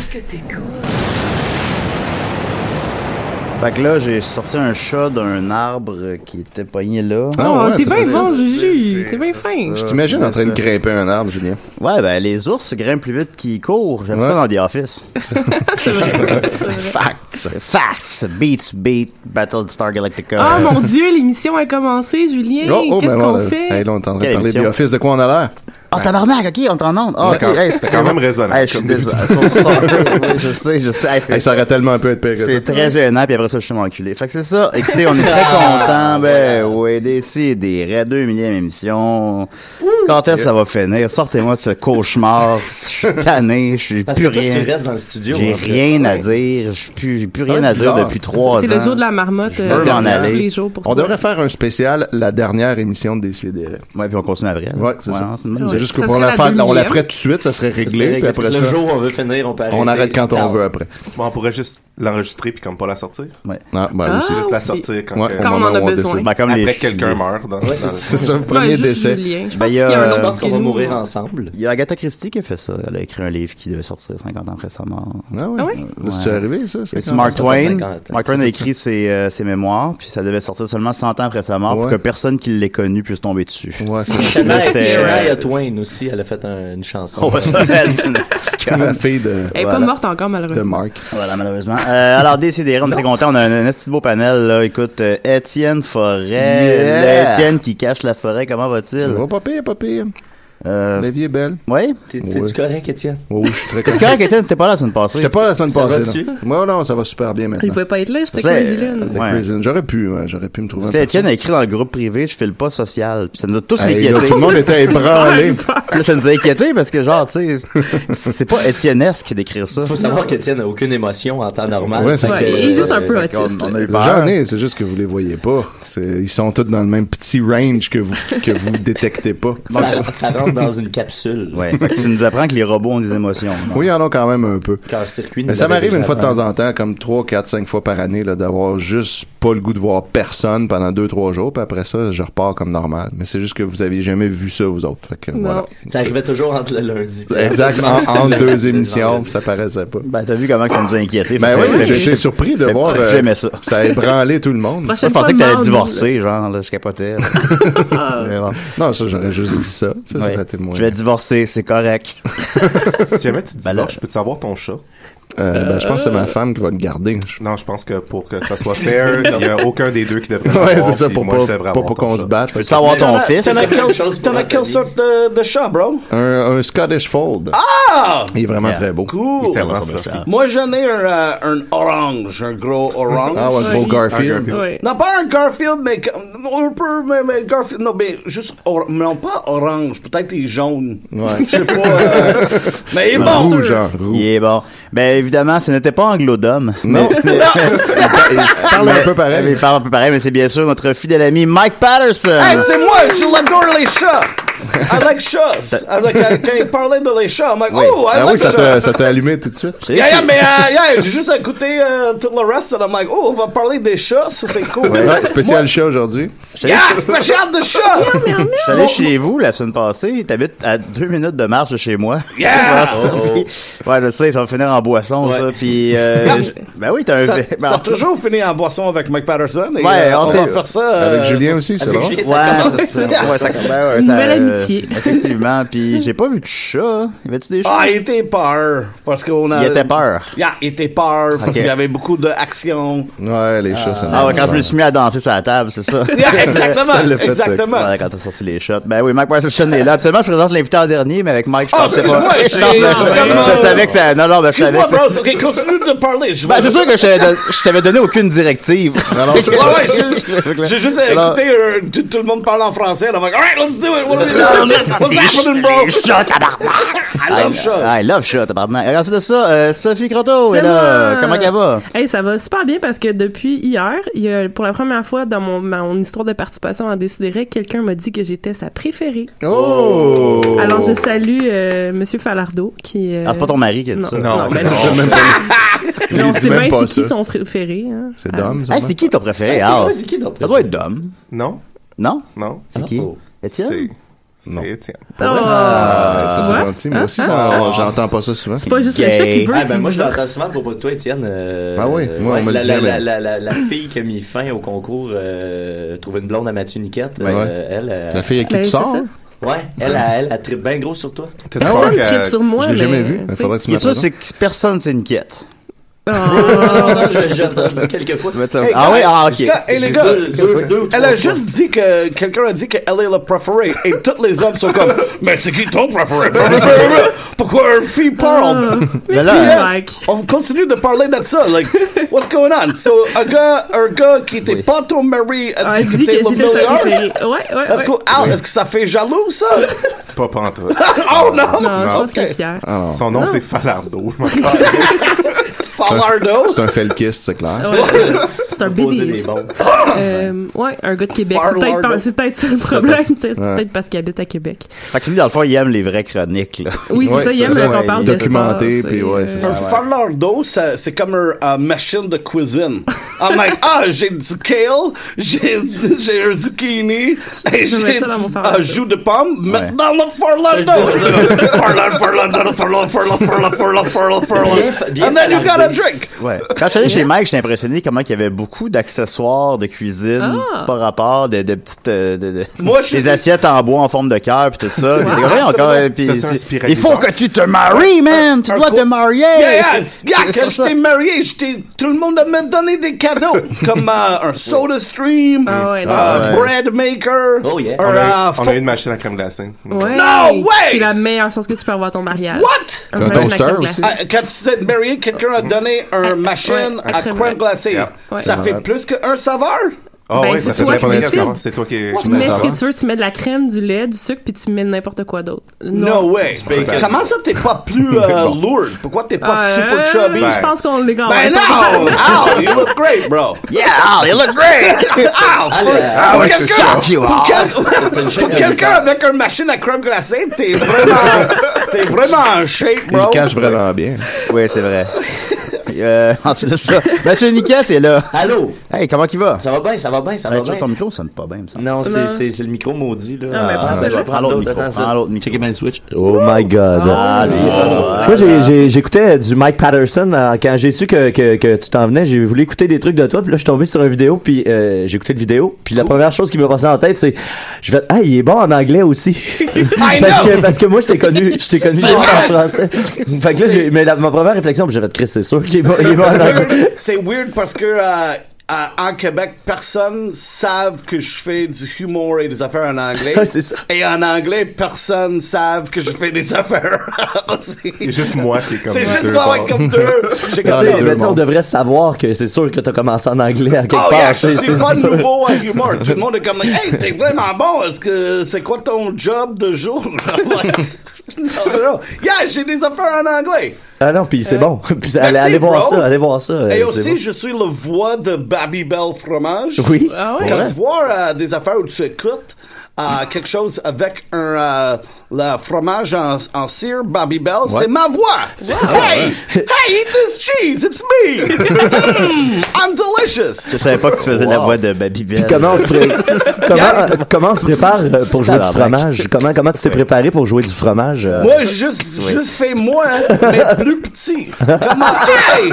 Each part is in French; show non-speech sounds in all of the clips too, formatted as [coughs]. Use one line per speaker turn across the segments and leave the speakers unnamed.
C'était cool.
Fait que là, j'ai sorti un chat d'un arbre qui était pogné là.
Ah ouais,
t'es
t'as
bien
fait
bon,
ça.
Juju.
C'est-
T'es bien
c'est
fin.
Je t'imagine en train de grimper un arbre, Julien.
Ouais, ben les ours grimpent plus vite qu'ils courent. J'aime
Ouais.
ça dans The Office.
Fact!
Facts, beats, beat, Battle Star Galactica.
Ah mon dieu, l'émission a commencé, Julien.
Oh,
Qu'est-ce
ben
qu'on
là,
fait?
hey, là, on est en train de
Quelle
parler
émission?
de Office, de quoi on a l'air?
Ah, tabarnak, ok, on t'en onde. Ah, ok,
D'accord.
hey, c'est
quand même raisonnable,
Hey, je suis
comme
désolé. So sorry. [laughs] Oui, je sais, je sais. Hey, fait-
Hey, ça aurait tellement un peu être pire que
c'est
ça.
très gênant, puis après ça, je suis enculé. Fait que c'est ça. Écoutez, on est très contents. Ben, ouais, DC, des raies, deux millième émission. Quand est-ce que ça va finir? Sortez-moi de ce cauchemar. Je suis tanné, je suis
Parce
plus
que toi, tu
rien.
restes dans le studio.
J'ai
en fait.
rien à
Ouais.
dire. J'ai plus, j'ai plus
Ça
rien
va
à
être
dire
bizarre.
depuis trois ans.
C'est le jour de la marmotte
veux
euh,
m'en
tous
aller.
les jours pour
On
toi.
devrait faire un spécial, la dernière émission de Décider.
Ouais, puis on continue à avril.
Ouais, c'est ça.
C'est une bonne idée.
C'est juste que
Ça
pour
serait
la
la
faire, on la
deuxième.
ferait tout de suite, ça serait
Parce
réglé,
que
puis après
le
ça,
jour où on veut finir, on peut arrêter.
on arrête quand on
Non.
veut après.
Bon, on pourrait juste l'enregistrer puis comme pas la sortir.
Ouais.
Ah, ben,
Ah,
oui, c'est-
Juste la
aussi.
sortir quand,
Ouais,
que-
au
Quand on
moment
en a
où
besoin.
décide.
Ben, comme
après
les-
que quelqu'un
les-
meurt. Dans,
Ouais, c'est
dans-
C'est
ça.
ça, le premier
Ouais, juste
décès.
Julien. Je pense
Ben, il
qu'il
y
y a un
a, euh,
Je
autre
pense
que
qu'on va
nous.
mourir ensemble.
Il y a Agatha Christie qui a fait ça. Elle a écrit un livre qui devait sortir 50 ans après sa mort.
Ah ouais?
Ah ouais?
Là, C'est-tu
Ouais.
arrivé, ça? C'est
C'est
quand-
Mark
ça fait
Twain.
50 ans.
Mark Twain a écrit ses, euh, ses mémoires, puis ça devait sortir seulement 100 ans après sa mort pour
Ouais.
que personne qui l'ait connu puisse tomber dessus.
Ouais, euh, c'est
Là, c'était-
Shania Twain aussi, elle a fait un- une chanson.
[laughs] Oh, ça, c'est une petite conne.
la fille de,
Elle est pas
Voilà.
morte encore,
de
malheureusement.
Mark.
voilà, malheureusement. Euh, alors, décidé, on est très contents. On a un, un petit beau panel, là. Écoute, euh, Étienne Forêt.
Yeah.
le Étienne qui cache la forêt, comment va-t-il?
Oh, pas pire, pas pire.
Euh,
La vie est belle.
ouais?
T'es-
Ouais.
T'es-tu correct, Étienne?
Oh, je suis très
C'est
content. [laughs]
correct, Étienne, t'étais pas là la semaine passée.
J'étais pas la semaine
Ça
passée.
va-tu?
non. Ouais, non, ça va super bien
Il
maintenant.
pouvait pas être là, c'était
C'est-
Crazy Lynn.
C'était
Ouais.
crazy. J'aurais pu, ouais, j'aurais pu me trouver un
C'était Étienne a écrit dans le groupe privé, je file pas social. Puis ça nous a tous
Hey, là,
inquiétés.
tout le monde était ébranlé.
Puis là, ça nous a inquiétés parce que genre, tu sais, c'est pas étiennesque d'écrire ça.
Faut savoir qu'Étienne n'a aucune émotion en temps normal.
Ouais, c'est
Parce
ça.
que- euh,
Il est juste un peu
Fait qu'on-
autiste.
on a eu peur.
J'en ai, c'est juste que vous les voyez pas. C'est- Ils sont tous dans le même petit range que vous, que vous détectez pas.
Ça, ça rentre dans une capsule.
Ouais, [laughs] fait que tu nous apprends que les robots ont des émotions. non?
Oui, ils en ont quand même un peu.
Car circuit.
Mais ça m'arrive une fois de temps en temps, comme 3, 4, 5 fois par année, là, d'avoir juste pas le goût de voir personne pendant 2-3 jours, puis après ça, je repars comme normal. Mais c'est juste que vous aviez jamais vu ça, vous autres. Fait que,
Non.
voilà.
Ça arrivait toujours entre le lundi. puis- [laughs]
Exact, en, entre deux émissions, ça paraissait pas.
Ben, t'as vu comment que ça nous a inquiétés.
Ben
Fait que-
oui,
fait-
j'ai été surpris de
fait-
voir.
fait-
euh,
J'aimais ça.
Ça a ébranlé tout le monde.
Je
Prochaine
pensais que t'allais
demande.
divorcer, genre, là, je
[laughs]
capotais. là. C'est bon.
Non, ça, j'aurais juste dit ça. Tu sais, ça
Ouais.
aurait été moins.
Je vais divorcer, c'est correct.
Si jamais tu dis
Ben là-
je peux te savoir ton chat.
Euh, ben, je pense que c'est ma femme qui va le garder. Je-
Non, je pense que pour que ça soit fair, il y a aucun des deux qui devrait
[laughs]
l'avoir.
Ouais, c'est ça,
Ah, puis
pour
moi,
pas,
je devrais
pas,
avoir
pas
ton
qu'on
chat.
se batte.
Peux-tu avoir ton fils?
T'en as quelle chose
Ah, T'en as quelle sorte de, de chat, bro?
Un, un Scottish Fold.
Ah!
Il est vraiment
Yeah.
très beau.
Cool!
Oh, Tellement
Ah,
fluffy.
ça,
Moi, j'en ai un, euh, un orange, un gros orange.
Ah ouais, le beau
Ouais.
Garfield.
Garfield.
Ouais.
Non, pas un Garfield, mais comme- un peu, mais, mais Garfield, non, mais juste, or- non, pas orange, peut-être il est jaune.
Ouais.
Je sais pas,
[laughs]
euh, mais il est bon.
Rouge, hein,
Il
rouge.
est bon. Ben, évidemment, ce n'était pas anglo-dom.
Non, [laughs] mais- [laughs] il parle un peu pareil.
Il parle un peu pareil, mais c'est bien sûr notre fidèle ami Mike Patterson.
Hey, c'est moi, je l'adore les chats. I like chats. I like- quand, quand il parlait de les chats, I'm like, oh, I
Ah
like
oui, ça
chats.
t'a, ça t'a allumé tout de suite.
C'est-
Yeah, yeah, mais euh, yeah, j'ai juste écouté euh, tout le reste, and I'm like, oh, on va parler des chats, ça c'est cool.
Ouais, Ah, spécial chat aujourd'hui.
Yeah, spécial de chat!
Je suis allé chez vous la semaine passée. T'habites à deux minutes de marche de chez moi. [laughs]
Yeah!
Voilà, ça, puis-
oh.
ouais, je sais, ça va finir en boisson,
Ouais.
ça. Puis,
[laughs]
euh, je- ben oui, t'as un.
Ça,
ben,
ça a toujours fini en boisson avec Mike Patterson. Et,
Ouais,
euh,
on
on,
sait-
va faire ça. euh,
Avec Julien aussi, c'est
Avec
drôle.
Julien, ça
Ouais,
commence.
c'est ça. Ouais, ça commence. ouais,
Une
ça,
nouvelle
euh,
amitié.
[laughs] Effectivement. Puis, j'ai pas vu de chat. Y avait-tu des chats?
Ah, il était peur. Parce qu'on a.
Il était peur.
Yeah, il était peur parce
Ok.
qu'il y avait beaucoup d'action.
Ouais, les chats, ça
Ah ouais, quand je me suis mis à danser sur la table, c'est ça.
[laughs] Yeah, exactement.
Ça l'a fait, euh,
exactement.
Ouais, quand t'as sorti les shots. Ben oui, Mike Patterson est là. Absolument, je présente l'invité en dernier, mais avec Mike, je
Ah,
pensais
excuse-moi,
pas.
j'ai-
Je
j'ai-
savais que ça. Non, non, ben, je savais
Excuse-moi,
que
bros. Ok, continue de parler. Je
Ben,
vais-
c'est sûr que je t'avais don- je t'avais donné aucune [laughs] directive.
Ouais, ouais,
[laughs]
j'ai- j'ai juste
Alors-
écouté euh, tout, tout le monde parler en français. and I'm like, alright, let's do it. What
[laughs]
are we doing? What's happening, bro?
Les chats, tabarnak.
I love shots.
I love shot, tabarnak. Et Ensuite de ça, euh, Sophie Croteau est
C'est
là.
moi.
Comment elle va?
Hey, ça va super bien parce que depuis hier, il y a, pour la première fois dans mon, ma- mon histoire de participation en Décideret, quelqu'un m'a dit que j'étais sa préférée.
Oh!
Alors je salue euh, Monsieur Falardeau qui. euh,
Ah, c'est pas ton mari qui a dit
Non,
ça.
non, ben non.
C'est même pas- Il
Mais on
dit
sait
même
bien
pas
c'est qui
ça.
son préféré. hein.
C'est Dom, ça.
Hey, c'est qui ton
Ben,
préféré, Ah,
ah.
C'est
Al?
quoi, c'est qui d'autre?
Ça doit être Dom.
Non,
Non?
non.
C'est qui?
Oh.
Étienne?
C'est-
Non.
C'est Étienne.
Oh,
Ah, ça,
tu
c'est
vois?
gentil. Moi
Hein?
aussi,
Hein?
ça, j'entends pas ça souvent.
C'est pas juste le
Gay.
chat qui veut.
Ah,
c'est
ben moi,
du
je l'entends
divorce.
souvent à propos de toi, Étienne. euh,
Ah oui, moi, on me
la,
le
la,
dit,
la,
mais-
la, la, la fille qui a mis fin au concours, euh, trouver une blonde à Mathieu Niquette,
Ben Ouais.
euh, elle, euh,
La fille à qui
Ben,
tu
c'est
sors?
ça.
ouais, elle, a- elle, a tripe bien gros sur toi.
T'as
Ah
pas
ouais?
peur
Elle tripe
que-
sur moi,
je l'ai jamais
mais,
vu. Il
tu sais,
faudrait que euh, tu
Ce qui est sûr,
m'apprennes.
c'est que personne s'inquiète.
Ah.
oh.
je j'ai entendu quelques fois.
Hey,
ah ouais, ah
Hey,
ok.
les
J'ai
gars,
ça, j'ai
deux-
ça deux ou
elle
trois
a
fois.
juste dit que quelqu'un a dit que elle est le préféré et tous les hommes sont comme Mais c'est qui ton préféré? Pourquoi une fille parle?
Mais
Yes.
hein.
là,
Ah, Mike.
On continue de parler de ça. Like, what's going on? So, un gars, un gars qui était pas ton mari a
Ah,
dit
elle
que
dit que
t'es le
j'étais sa
meilleur?
préférée. Ouais, ouais, ouais.
Est-ce que, ah, est-ce que ça fait jaloux, ça?
Pas pantoute.
[laughs] oh non!
Non, je
Non.
pense qu'elle est fière.
Son nom,
[laughs]
c'est Falardo. Je m'en rappelle.
Falardo?
C'est un felkiste, c'est clair.
Ouais, c'est un
Poser des
BD.
bombes.
Euh, ouais, un gars de Québec. C'est
Farlardo.
peut-être, c'est peut-être ça le problème. C'est peut-être
Ouais.
c'est peut-être parce qu'il habite à Québec.
fait que lui, dans le fond, il aime les vraies chroniques, là.
Oui, c'est
Ouais,
ça, il
c'est
aime
ça,
qu'on
ouais,
parle de
documenté,
sport,
puis ouais, c'est
Ah,
Un
ça.
Falardo, ça- c'est comme une machine de cuisine. I'm like, ah, j'ai du kale, j'ai j'ai un zucchini, et
Je vais
j'ai
mettre ça dans mon Falardo.
un jus de pomme, maintenant le
[laughs]
Falardo! Farlardo, Farlardo, Farlardo, Farlardo, Farlardo,
Bien
Farlardo, Farlardo.
fa- bien
Ah,
And then you got a
Falardo.
drink!
Ouais. Quand je suis allé chez Mike, j'étais impressionné comment il y avait beaucoup d'accessoires de cuisine
Ah.
par rapport de, de petites euh, de, de-
Moi, je- Ah,
des assiettes en bois en forme de cœur puis tout ça. Puis j'étais comme, Voyons, encore euh, puis
T'as-tu un
c'est- il
spiraliseur?
faut que tu te maries, man. Tu
un
dois
co-
te marier.
Yeah, yeah, yeah,
C'est
quand
pour ça.
j'étais marié, j'étais, tout le monde m'a donné
[laughs]
des cadeaux, comme euh, un soda stream,
Ah ouais,
un
non.
Ah ouais.
bread maker,
Oh, yeah.
un,
On
On a
euh,
eu- on a eu une machine à crème glacée.
Ouais.
No way!
C'est la meilleure chose que tu peux avoir à ton mariage.
What?
C'est un
verre
toaster
d'accueil
aussi.
glacé.
Ah, quand tu t'es marié, quelqu'un a donné
Ah,
un
ouais,
machine
à
à
crème
crème glacée.
Yeah.
Ouais.
Ça fait plus qu'un saveur?
Ah
Ben,
ouais,
c'est
ça fait
toi
très
qui
bonne
décides.
question. C'est toi qui
Tu
qui
mets
mets
ce
ça.
que tu veux, tu mets de la crème, du lait, du sucre, puis tu mets n'importe quoi d'autre.
No way.
Bacon.
Comment ça t'es pas
[laughs]
plus euh, lourd? Pourquoi t'es pas
Ah,
super
euh,
chubby?
Je pense qu'on les gagne.
Ben non! Ow, you look
[laughs]
great, bro!
Yeah, you look great.
Ow!
Allez,
I
ah,
euh,
would
quelqu'un-
suck you
Pour,
all.
quel-
t'as une chaîne
pour
de
quelqu'un
bizarre.
avec une machine à crème glacée, t'es vraiment, t'es vraiment en shape,
Il
bro.
cache vraiment bien.
Oui, c'est vrai. Euh, ensuite de ça, Monsieur Niquette est là.
Allô?
Hey, comment il va?
Ça va bien, ça va bien, ça
Hey,
va
tu vois,
bien.
ton micro sonne pas bien, ça.
Non,
Non.
c'est, c'est, c'est le micro maudit, là.
Ah, mais prends
ben,
ça,
je vais
prends
prendre
l'autre
l'autre,
micro,
attends ça.
prends l'autre micro.
Checker bien le switch. Oh my god.
Ah, lui, ça va.
Moi,
ah.
j'ai- j'ai- j'écoutais euh, du Mike Patterson euh, quand j'ai su que, que, que tu t'en venais. J'ai voulu écouter des trucs de toi, puis là, je suis tombé sur une vidéo, puis euh, j'ai écouté une vidéo. Puis la première chose qui me passait en tête, c'est je vais ah, il est bon en anglais aussi.
[laughs] I
parce,
know!
que, parce que moi, je t'ai connu, je t'ai connu juste en français. Fait que là, j'ai- mais la- ma première réflexion, puis j'ai fait Chris, c'est sûr qu'il est bon, il est bon en [laughs]
[laughs]
anglais.
C'est weird parce que euh, à- en Québec, personne savent que je fais du humour et des affaires en anglais.
Ah, c'est ça.
Et en anglais, personne savent que je fais des [laughs] affaires. C'est
C'est juste moi qui est comme
c'est
deux
juste moi
bords.
ouais,
[laughs]
comme deux. J'ai
Tu
comme
sais,
les deux
ben, tu sais, on
mondes.
devrait savoir que c'est sûr que t'as commencé en anglais à quelque
Oh
part.
yeah,
tu sais,
c'est
c'est
pas
sûr.
nouveau en humour. Tout le monde est comme, hey,
[laughs]
t'es vraiment bon. Est-ce que c'est quoi ton job de jour? [laughs] non, non. Yeah, j'ai des affaires en anglais.
Ah non, puis c'est bon. [laughs] Puis allez,
Hein? Merci,
allez voir
bro.
ça, allez voir ça.
Et
euh, c'est
aussi,
bon.
je suis le voix de Babybel Fromage.
Oui.
Ah ouais?
Quand tu vois euh, des affaires où tu écoutes euh, quelque chose avec un euh, le fromage en, en cire, Babybel, c'est ma voix. C'est- Hey, hey, eat this cheese, it's me.
[laughs]
Mm, I'm delicious.
Je savais pas que tu faisais la voix de Babybel.
Comment on se, pré-
[laughs]
comment, euh, comment on se prépare euh, pour jouer du
Tabarnak.
fromage? Comment, comment tu t'es préparé pour jouer du fromage? euh?
Moi, juste, juste fais moi, mais plus petit. Comment? Hey,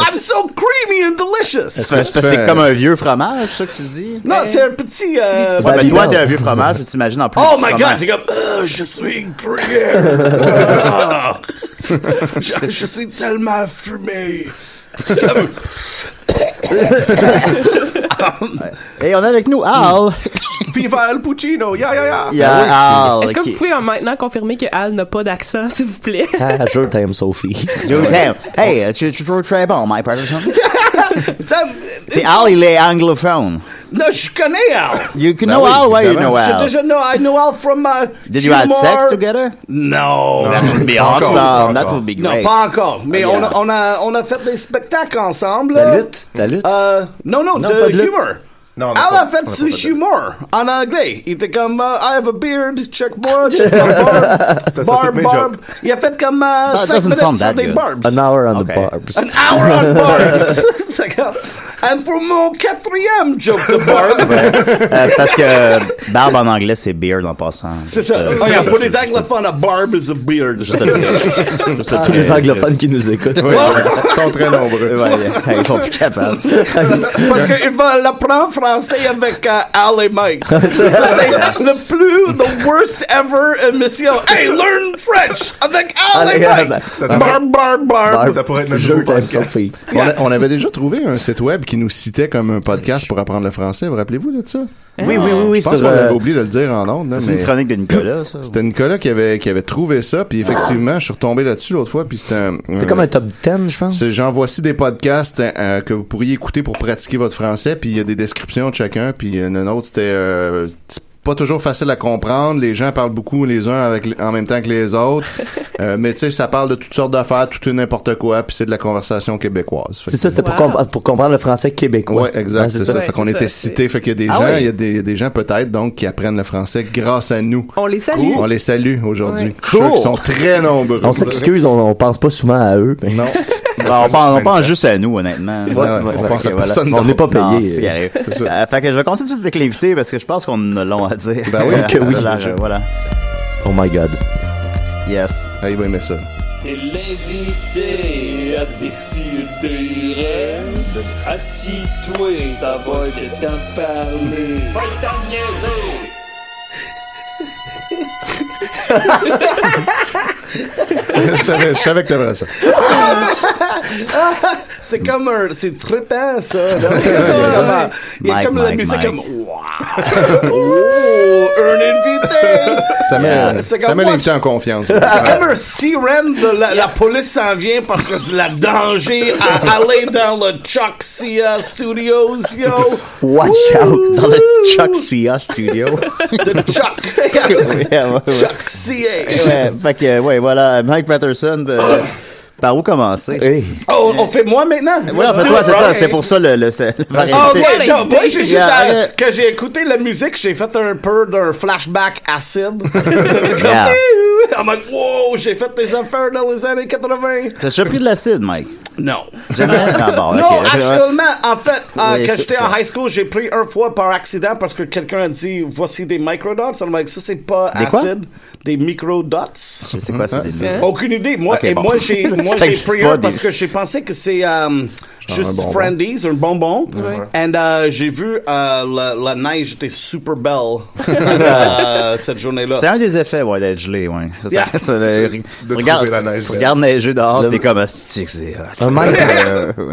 I'm so creamy and delicious.
Parce que c'est comme un vieux fromage, ça que tu dis?
Non, c'est un petit. euh,
Ouais, mais toi,
Babybel.
t'es un vieux fromage, tu t'imagines en plus.
Oh
du
my
fromage.
god, t'es comme, Ah, je suis gruyère. [laughs] je, je suis tellement [laughs] fumé.
Et on a avec nous Al.
Viva El Puccino! Yeah, yeah, yeah!
Il y
Ah
a Al.
Est-ce que vous
qui-
pouvez euh, maintenant confirmer que Al n'a pas d'accent, [laughs] s'il vous plaît?
Ah, je t'aime,
[laughs]
Sophie.
Dude, hey, Hey, tu tu trouves très bon, Mike Patterson.
T'as-
C'est Al, il est anglophone.
Non, je connais Al.
You can
Ben
know
oui,
Al, why you
évidemment.
know
Je
Al?
déjà know, I know Al from uh,
Did you have
humor.
sex together?
No.
That [laughs] would be
Encore,
awesome.
encore.
That would be
Non,
great.
pas encore. Mais on, a, on, a, on a fait des spectacles ensemble.
La lutte, la lutte.
Ah.
Euh, non, non,
Non,
de,
pas de lutte.
humor.
Non, on a
Elle
pas-
a fait
on a
ce
pas fait de-
humour en anglais. Il était comme euh, I have a beard, check moi,
[laughs]
check my barb.
C'était ça,
Barb,
toutes mes
barb.
jokes.
Il a fait comme euh,
That
5
doesn't
minutes
sound
sur
that
des
good.
barbs.
An hour on
Okay.
the barbs.
An hour
[laughs]
on barbs. C'est comme- And pour mon quatrième joke
[laughs]
de barb,
Euh, parce que barbe en anglais, c'est beard en passant.
c'est ça.
Euh,
Regarde, pour les anglophones, a barb is a beard.
juste
Ah.
Tous les anglophones qui nous écoutent.
Ils sont très nombreux.
Ouais, ils sont plus capables.
[laughs] Parce qu'il va l'apprendre français avec euh, Al
[laughs]
et Mike. ça, c'est le plus, the worst ever émission. Hey, learn French avec Al et
Allez,
Mike.
Ça devrait-
Barb, barb, barb.
Ça pourrait être notre nouveau
Jeu t'aimes son
podcast.
feet.
On, a- on avait déjà trouvé un site web qui nous citait comme un podcast pour apprendre le français. Vous rappelez-vous de ça?
Oui, oui, oui, oui.
Je pense
sur,
qu'on
euh,
avait oublié de le dire en ondes. là,
C'est une
mais-
chronique de Nicolas, ça.
C'était Nicolas qui avait, qui avait trouvé ça, puis effectivement, je suis retombé là-dessus l'autre fois, puis c'était un...
C'est comme un top 10, je pense.
C'est genre, voici des podcasts euh, que vous pourriez écouter pour pratiquer votre français, puis il y a des descriptions de chacun, puis euh, le nôtre, c'était... euh, c'est pas toujours facile à comprendre, les gens parlent beaucoup les uns avec l- en même temps que
[laughs]
les autres, Euh, mais tu sais, ça parle de toutes sortes d'affaires, tout et n'importe quoi, puis c'est de la conversation québécoise. Fait
C'est
que-
ça, c'était pour,
Wow.
comp- pour comprendre le français québécois.
Ouais, exact,
Ah,
c'est ça.
ça.
Fait
Ouais,
qu'on
c'est ça,
était cités, fait qu'il y a des
Ah
gens,
ouais.
il y a des, des gens peut-être donc qui apprennent le français grâce à nous.
On les salue.
On les salue aujourd'hui.
Ouais.
Je suis sûr qu'ils sont très nombreux.
On s'excuse, on, on pense pas souvent à eux. mais-
Non,
Bon, Bah, on pense, on pense juste à nous, honnêtement.
ouais, on pense à
Ok,
personne
On n'est pas
Non, c'est
payé.
arrivé.
C'est ça.
Euh, fait que je vais continuer tout de suite avec l'invité parce que je pense qu'on a long à dire.
Ben oui,
[laughs]
que oui.
Alors, euh, voilà.
Oh
[laughs]
my god.
Yes.
Ah, il va aimer ça. [laughs]
T'es l'invité à décider. Assis-toi, ça va être temps de parler. Va t'en niaiser!
je, savais, je savais que t'aimerais ça.
C'est comme un, c'est
[laughs]
trippant, ça. là.
ça.
Il y a
Mike,
comme la
Mike,
musique
Mike. [laughs]
comme, wow. oh, un invité.
Ça met,
C'est- c'est
ça
comme
met
moi,
l'invité en confiance.
C'est comme un siren de la, la police s'en vient parce que c'est la danger à aller dans le Choxia Studios, yo.
Watch out!
Dans le Chuck Sia Studio.
De Chuck.
Yeah, [laughs] ouais, ouais.
Chuck CA.
[laughs] Ouais, fait que, ouais, voilà. Mike Patterson, euh, par où commencer?
Hey.
Oh, on fait moi maintenant?
Ouais, en fait, ouais, c'est ça. C'est pour ça le, le, le- la
Oh,
variété.
ouais, non, moi, j'ai juste
Yeah,
à-
yeah.
que j'ai écouté la musique, j'ai fait un peu d'un flashback acide.
[laughs] Yeah.
I'm like, wow, j'ai fait des affaires dans les années 80.
T'as déjà pris de l'acide, Mike?
Non.
Jamais? Ah, bon, ok.
Non, actuellement,
[laughs]
en fait, euh,
Oui.
quand j'étais en high school, j'ai pris un fois par accident parce que quelqu'un a dit voici des microdots. On m'a dit ça, c'est pas
Des quoi?
acide, des microdots.
Je sais quoi, c'est des
Hein?
Aucune idée. Moi,
Hein? Ok,
et
bon.
moi,
[laughs]
j'ai, moi,
Ça
j'ai
existe
pris
pas,
un
des-
parce que j'ai pensé que c'est
Ah,
euh, juste
bonbon.
Friendlies, un bonbon. And euh, j'ai vu euh, la, la neige était
[laughs]
super belle euh, cette journée-là.
C'est un des effets, ouais, d'être gelé, ouais. Ça, ça
Yeah.
fait ça, le-
de
regarde,
trouver la neige,
tu regardes neiger dehors, t'es comme, asti que c'est hot.
A, mic-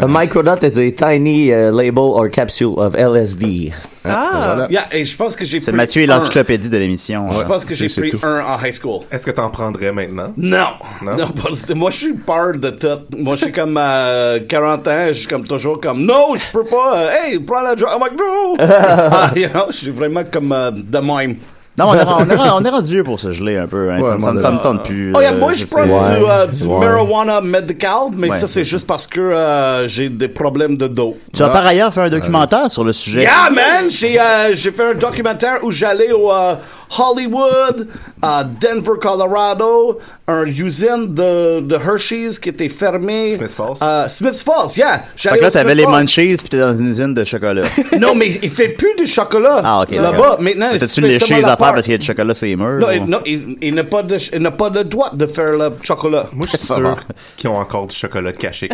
a microdot is a tiny uh, label or capsule of LSD.
Ah,
ben Voilà.
Yeah, et je pense que j'ai
C'est
pris
Mathieu est
un.
l'encyclopédie de l'émission.
Je
ouais.
pense que j'ai
C'est- c'est
pris
tout.
un en high school.
Est-ce que t'en prendrais maintenant?
Non, non,
Non?
parce que moi je suis peur de tout. Moi je suis comme euh, 40 ans, je suis comme toujours comme non, je peux pas. euh, hey, prends la joie. I'm
[laughs]
like no. Ah, you know, je suis vraiment comme euh, de même.
Non, on est, on, est, on est rendu vieux pour se geler un peu. Hein.
Ouais,
ça, me- ça me- ça me tente plus.
Oh yeah,
euh,
moi
je
je prends
sais.
du, euh, du
Ouais.
marijuana medical, mais
Ouais.
ça c'est juste parce que euh, j'ai des problèmes de dos.
Tu as par ailleurs fait un documentaire sur le sujet.
Yeah man, j'ai euh, j'ai fait un documentaire où j'allais au euh, Hollywood, à Denver, Colorado, une usine de, de Hershey's qui était fermée.
Smith's Falls.
Euh, Smith's Falls, yeah.
Fait
J'allais
que là,
au
t'avais les
Smith's Falls.
munchies pis t'es dans une usine de
[laughs]
chocolat.
Non, mais il fait plus de chocolat
Ah, ok.
là-bas.
d'accord.
Maintenant, il
T'as-tu
fait
léché
seulement
les
la
affaires
part.
parce qu'il y a du chocolat sur les murs?
Non, il,
ou-
non, il, il n'a pas de, il n'a pas le droit de faire le chocolat.
Moi, je suis
Ça va.
sûr qu'ils ont encore du
[laughs]
chocolat caché.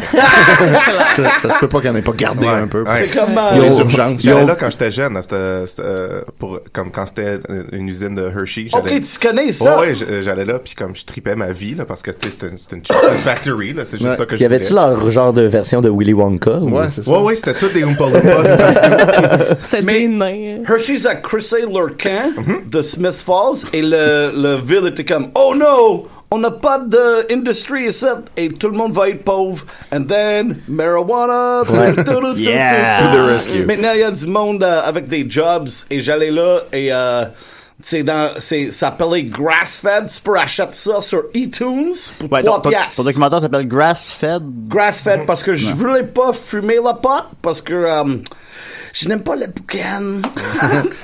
ça, ça se peut pas qu'on ait pas gardé
Ouais.
un peu.
Ouais.
C'est comme,
Il y a
euh,
les urgences.
J'allais là quand j'étais jeune, à cette- cette, euh, pour, comme quand c'était une usine de Hershey.
ok,
j'allais-
tu connais ça.
Ouais, ouais, j- j'allais là, puis comme je tripais ma vie, là, parce que tu sais, c'était une, c'était une chocolate factory, là, c'est juste ça que je
Y avait-tu
voulais.
leur genre de version de Willy Wonka? ou-
Ouais, c'est ça.
Ouais, ouais, c'était tous des Oompa
[laughs]
Loompas.
c'était
Mais-
des nains.
Hershey's a crissé leur camp
Mm-hmm.
de Smith Falls et le, le ville était comme Oh no! On n'a pas d'industrie ici et tout le monde va être pauvre. And then,
[laughs]
marijuana. tout, tout, tout, tout,
Yeah.
tout.
To the rescue.
Maintenant, il y a du monde euh, avec des jobs et j'allais là et euh, c'est dans, c'est, ça s'appelait Grass Fed. Tu peux acheter ça sur iTunes pour
Ouais, ton,
3
ton,
piastres.
ton documentaire s'appelle Grass Fed.
Mm-hmm.
Grass Fed parce que je voulais pas fumer la pot parce que euh, Je n'aime pas
[laughs]
le boucan.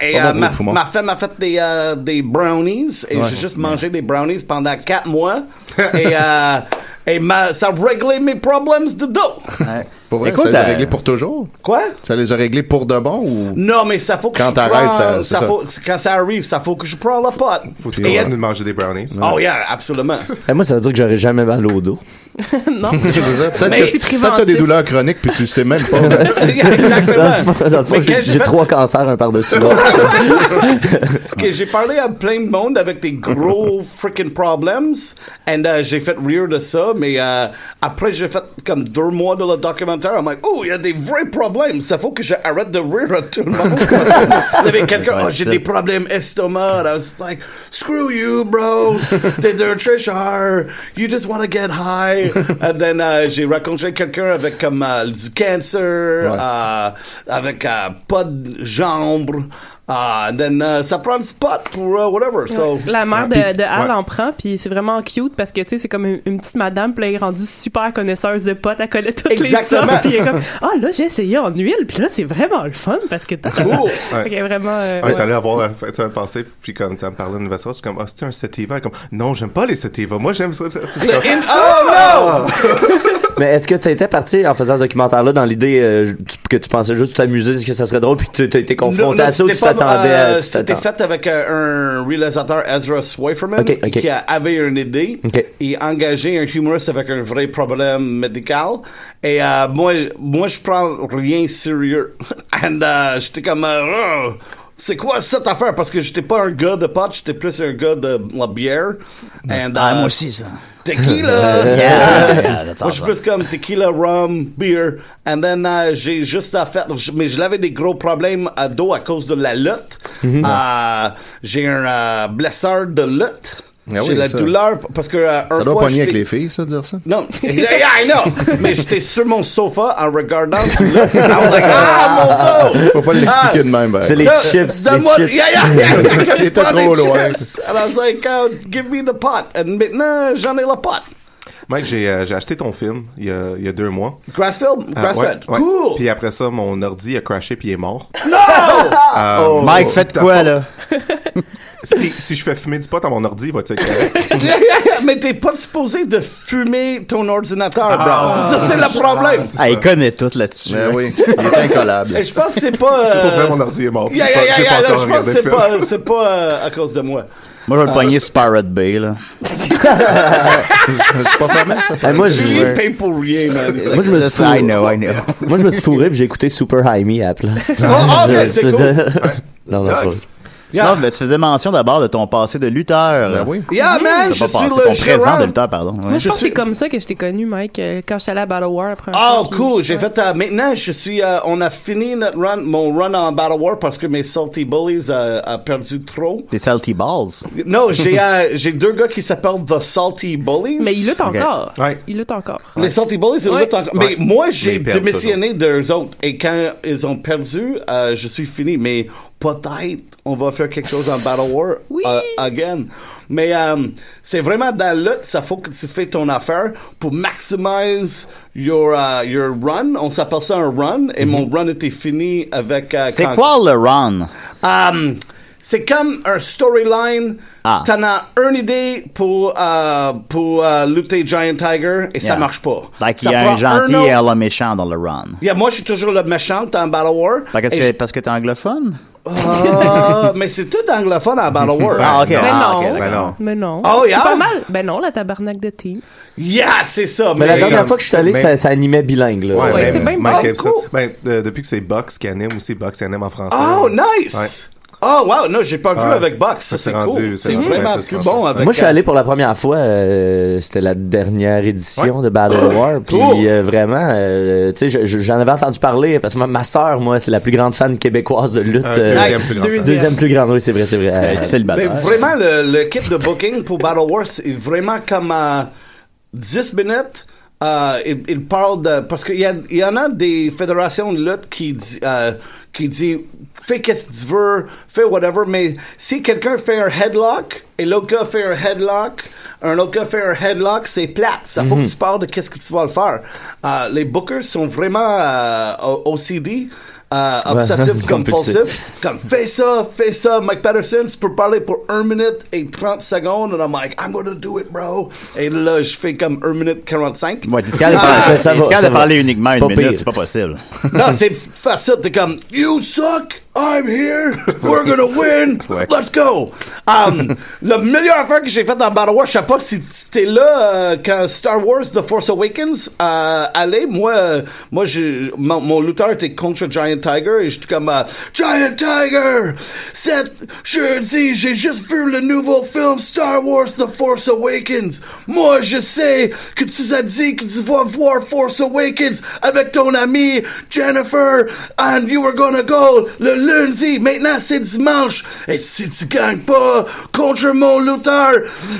et
Pas bon
euh,
pour
ma,
les poumons.
ma femme a fait des, euh, des brownies et j'ai juste mangé des brownies pendant
[laughs]
quatre mois. et euh, et ma, ça a réglé mes problèmes de dos.
Ouais.
Pour vrai,
Écoute,
ça les a
euh,
réglés pour toujours?
Quoi?
Ça les a réglés pour de bon ou...
Non, mais ça faut que
Quand
je
t'arrêtes,
prends-
ça- c'est ça.
Faut, quand ça arrive, ça faut que je prends la pote.
Faut que tu
Et-
continues de manger des brownies.
Oh yeah,
[laughs]
absolument.
Eh, moi, ça veut dire que j'aurais jamais mal au dos. [laughs]
non.
C'est ça. Peut-être
Mais
que
c'est
peut-être que t'as des
préventif.
douleurs chroniques puis tu le sais même pas.
[laughs]
Dans le
Exactement.
fond, dans le fond,
Mais
j'ai
qu'est-ce que
j'ai
j'ai
trois cancers un par-dessus l'autre.
[laughs] Ok, j'ai parlé à plein de monde avec des gros freaking problems, and euh, j'ai fait rire de ça, mais euh, après j'ai fait comme deux mois de le documentaire, I'm like, oh, il y a des vrais problèmes, ça faut que j'arrête de rire à tout le monde. Parce que Il y avait quelqu'un, oh, j'ai des problèmes estomac, I was like, screw you, bro, t'es un tricheur, you just want to get high. And then euh, j'ai rencontré quelqu'un avec comme euh, du cancer,
Ouais.
euh, avec euh, pas de jambes. Ah, and then euh, ça prend le spot pour euh, whatever. So,
La mère de, de Al
ouais.
en prend, puis c'est vraiment cute parce que, tu sais, c'est comme une, une petite madame, puis là, elle est rendue super connaisseuse de potes, elle connaît toutes
Exactement.
les sortes, puis elle est comme, ah, là, j'ai essayé en huile, puis là, c'est vraiment le fun parce que t'as... [laughs]
cool.
Fait qu'elle est vraiment... euh,
Ouais,
ouais.
t'allais avoir la fête semaine passée, puis comme ça me parlait d'une vaisselle, je suis comme, ah, c'est un sativa? Elle est comme, non, j'aime pas les sativa. Moi, j'aime
[laughs]
ça. Puis comme,
In- oh
Mais est-ce que t'étais parti en faisant ce documentaire-là dans l'idée euh, tu- que tu pensais juste t'amuser, que ça serait drôle, puis que t'as- t'as été
no!
confronté à ça ou tu
c'était pas-
t'attendais
euh,
à. tu
C'était
t'attends-
fait avec euh, un réalisateur Ezra Swiferman
Ok, ok.
qui a- avait une idée
Ok.
et engagé un humoriste avec un vrai problème médical. Et euh, moi, moi, je prends rien sérieux. [laughs] And euh, j'étais comme, euh, Oh, c'est quoi cette affaire? Parce que j'étais pas un gars de potes, j'étais plus un gars de la bière. And,
Ah,
euh,
moi aussi, [laughs] ça.
[laughs] Tequila!
Yeah, Ah, yeah, that's
Moi, je suis
awesome.
plus comme tequila, rum, beer. And then, euh, j'ai juste à faire. j- Mais je l'avais des gros problèmes à dos à cause de la lutte.
Mm-hmm.
Euh, j'ai un euh, blesseur de lutte.
Ah
j'ai
oui,
la
ça.
douleur p- parce que. euh, un
Ça doit
fois,
pogner avec
j'étais-
les filles, ça, de dire ça?
Non, [laughs] yeah, yeah, I know. Mais j'étais sur mon sofa en regardant. sur le- I
[laughs]
was like, ah, mon Ah, dos!
Faut pas l'expliquer de même. ben.
C'est les
Don-
chips.
donne-moi-
les chips.
Yeah, yeah, yeah, yeah, I
[laughs] Il était
spotted
trop loin.
chips. And I was like, oh, give me the pot. And maintenant, j'en ai la pot.
Mike, j'ai euh, j'ai acheté ton film il y a, il y a deux mois.
Grass film,
Ah,
grass
ouais,
fed.
ouais.
Bah, Cool.
Puis après ça, mon ordi a crashé puis il est mort.
No!
Euh,
Oh.
Mike,
so,
faites
ta
quoi,
faute.
là?
Si, si je fais fumer du pot à mon ordi, va-tu être correct?
Mais t'es pas supposé de fumer ton ordinateur, bro. [laughs]
Ah,
ça, c'est le problème.
C'est
Ah, il
ça.
connaît tout là-dessus.
Ben oui, il est incollable.
Et je pense que c'est pas...
Pour vrai, mon
Euh...
ordi est mort. puis
Yeah,
j'ai
yeah,
pas-
yeah,
j'ai
yeah,
pas encore
là, je pense
regardé
que
le
c'est
film.
pas, c'est pas euh, à cause de moi.
Moi, je vais le pogner sur Pirate Bay, là.
C'est pas fermé, ça?
Eh, moi, je-
Julien paye pour rien, man.
Moi, je me suis
Ça, I
fourré.
know, I know.
Moi, je me suis fourré, puis j'ai écouté Super High Me à la
[laughs]
place.
Oh, oh,
Je-
ben, c'est
euh,
cool.
[laughs] Non, non,
Doc.
pas-
Yeah.
Non, mais tu faisais mention d'abord de ton passé de lutteur.
Ben oui.
Yeah,
T'as
man, je
pas
suis
passé
le
ton présent de
gérant.
lutteur, pardon.
Moi,
Ouais.
je pense
suis-
que c'est comme ça que je t'ai connu, Mike, euh, quand j'étais allé à Battle War la première
Oh,
fois, puis-
cool. J'ai
ouais.
fait... euh, maintenant, je suis... euh, on a fini notre run, mon run en Battle War parce que mes Salty Bullies euh, a perdu trop.
Des salty balls.
Non, j'ai euh, j'ai deux gars qui s'appellent The Salty Bullies.
Mais il lutte encore.
Ouais.
Il lutte encore.
Les Salty Bullies, ils
Ouais.
luttent encore. Mais
Ouais.
moi, j'ai
ils perdent
démissionné d'eux autres. Et quand ils ont perdu, euh, je suis fini. Mais peut-être on va faire quelque chose en Battle War
Oui.
euh, again. Mais euh, c'est vraiment dans la lutte, ça faut que tu fais ton affaire pour maximize your, euh, your run. On s'appelle ça un run. Et mon run était fini avec... euh,
C'est
quand-
quoi le run?
Um, c'est comme un storyline.
Ah.
T'en as une idée pour, euh, pour euh, lutter Giant Tiger et ça
Yeah.
marche pas.
Like, il
ça
y a
prend
un gentil
autre-
et un méchant dans le run.
Yeah, moi, je suis toujours le méchant en Battle War.
Fait que
Et
c'est
je-
parce que t'es anglophone?
Ah, [laughs] mais c'est tout anglophone en Battle War.
[laughs] Ah, ok.
Ben
ah,
non.
ok,
Ben
d'accord.
non.
Mais non.
Oh, yeah?
C'est pas mal. Ben non, la tabarnak de team.
Yeah, c'est ça.
Mais la
euh, mais-
dernière fois que je suis allé,
mais-
ça, ça animait bilingue, là.
Ouais,
Ouais,
même
c'est bien
Mike
bon,
Epson.
cool.
Ben, euh, depuis que c'est Box qui anime aussi, Box qui anime en français. Euh,
Oh, nice.
Ouais.
Oh, wow. Non, j'ai pas vu
Ouais.
avec Box. Ça,
Ça,
c'est
c'est
cool.
rendu- c'est
C'est
rendu
vraiment
bien plus
plus
français.
bon avec.
Moi, je suis allé pour la première fois. euh, C'était la dernière édition de Battle War. Puis
Cool.
euh, vraiment, euh, tu sais, je- je- j'en avais entendu parler parce que ma, ma sœur, moi, c'est la plus grande fan québécoise de lutte.
Euh,
euh,
deuxième plus grand.
Deuxième.
deuxième plus grande, oui, c'est vrai, c'est vrai.
Euh,
Euh,
tu sais le
Mais
bâtard.
vraiment, le- l'équipe de booking pour Battle Wars est vraiment comme euh, 10 minutes. Euh, il, il parle de... Parce qu'il y, a- il y en a des fédérations de lutte qui dit, euh, qui dit fais qu'est-ce que tu veux, fais whatever, mais si quelqu'un fait un headlock et l'autre gars fait un headlock, un autre gars fait un headlock, c'est plate. Ça faut que tu parles de qu'est-ce que tu vas le faire. Euh, les bookers sont vraiment euh, au- OCD. euh, obsessif compulsif. Comme fais ça, fais ça, Mike Patterson, tu peux parler pour 1 minute et 30 secondes. And I'm like, I'm gonna do it, bro. Et là, je fais comme 1 minute 45.
Ouais, t'es capable de
Ah,
parler-
ben, ça
t'es
va,
capable
ça
de
va.
parler uniquement
C'est
une
pas
minute,
pire.
c'est pas possible.
[laughs] Non, c'est facile. T'es comme You suck, I'm here, we're gonna win,
Ouais.
let's go. Um, [laughs] le meilleur affaire que j'ai fait dans Battle Wars, je sais pas si t'es là euh, quand Star Wars The Force Awakens euh, allait. Moi, euh, moi, j'ai- mon, mon lutteur était contre Giant Tiger et j'étais comme euh, Giant Tiger. Cet jeudi, j'ai juste vu le nouveau film Star Wars The Force Awakens. Moi, je sais que tu as dit que tu vas voir Force Awakens avec ton ami Jennifer, and you were gonna go le lundi. Maintenant, c'est dimanche. Et si tu gagnes pas contre mon lutteur,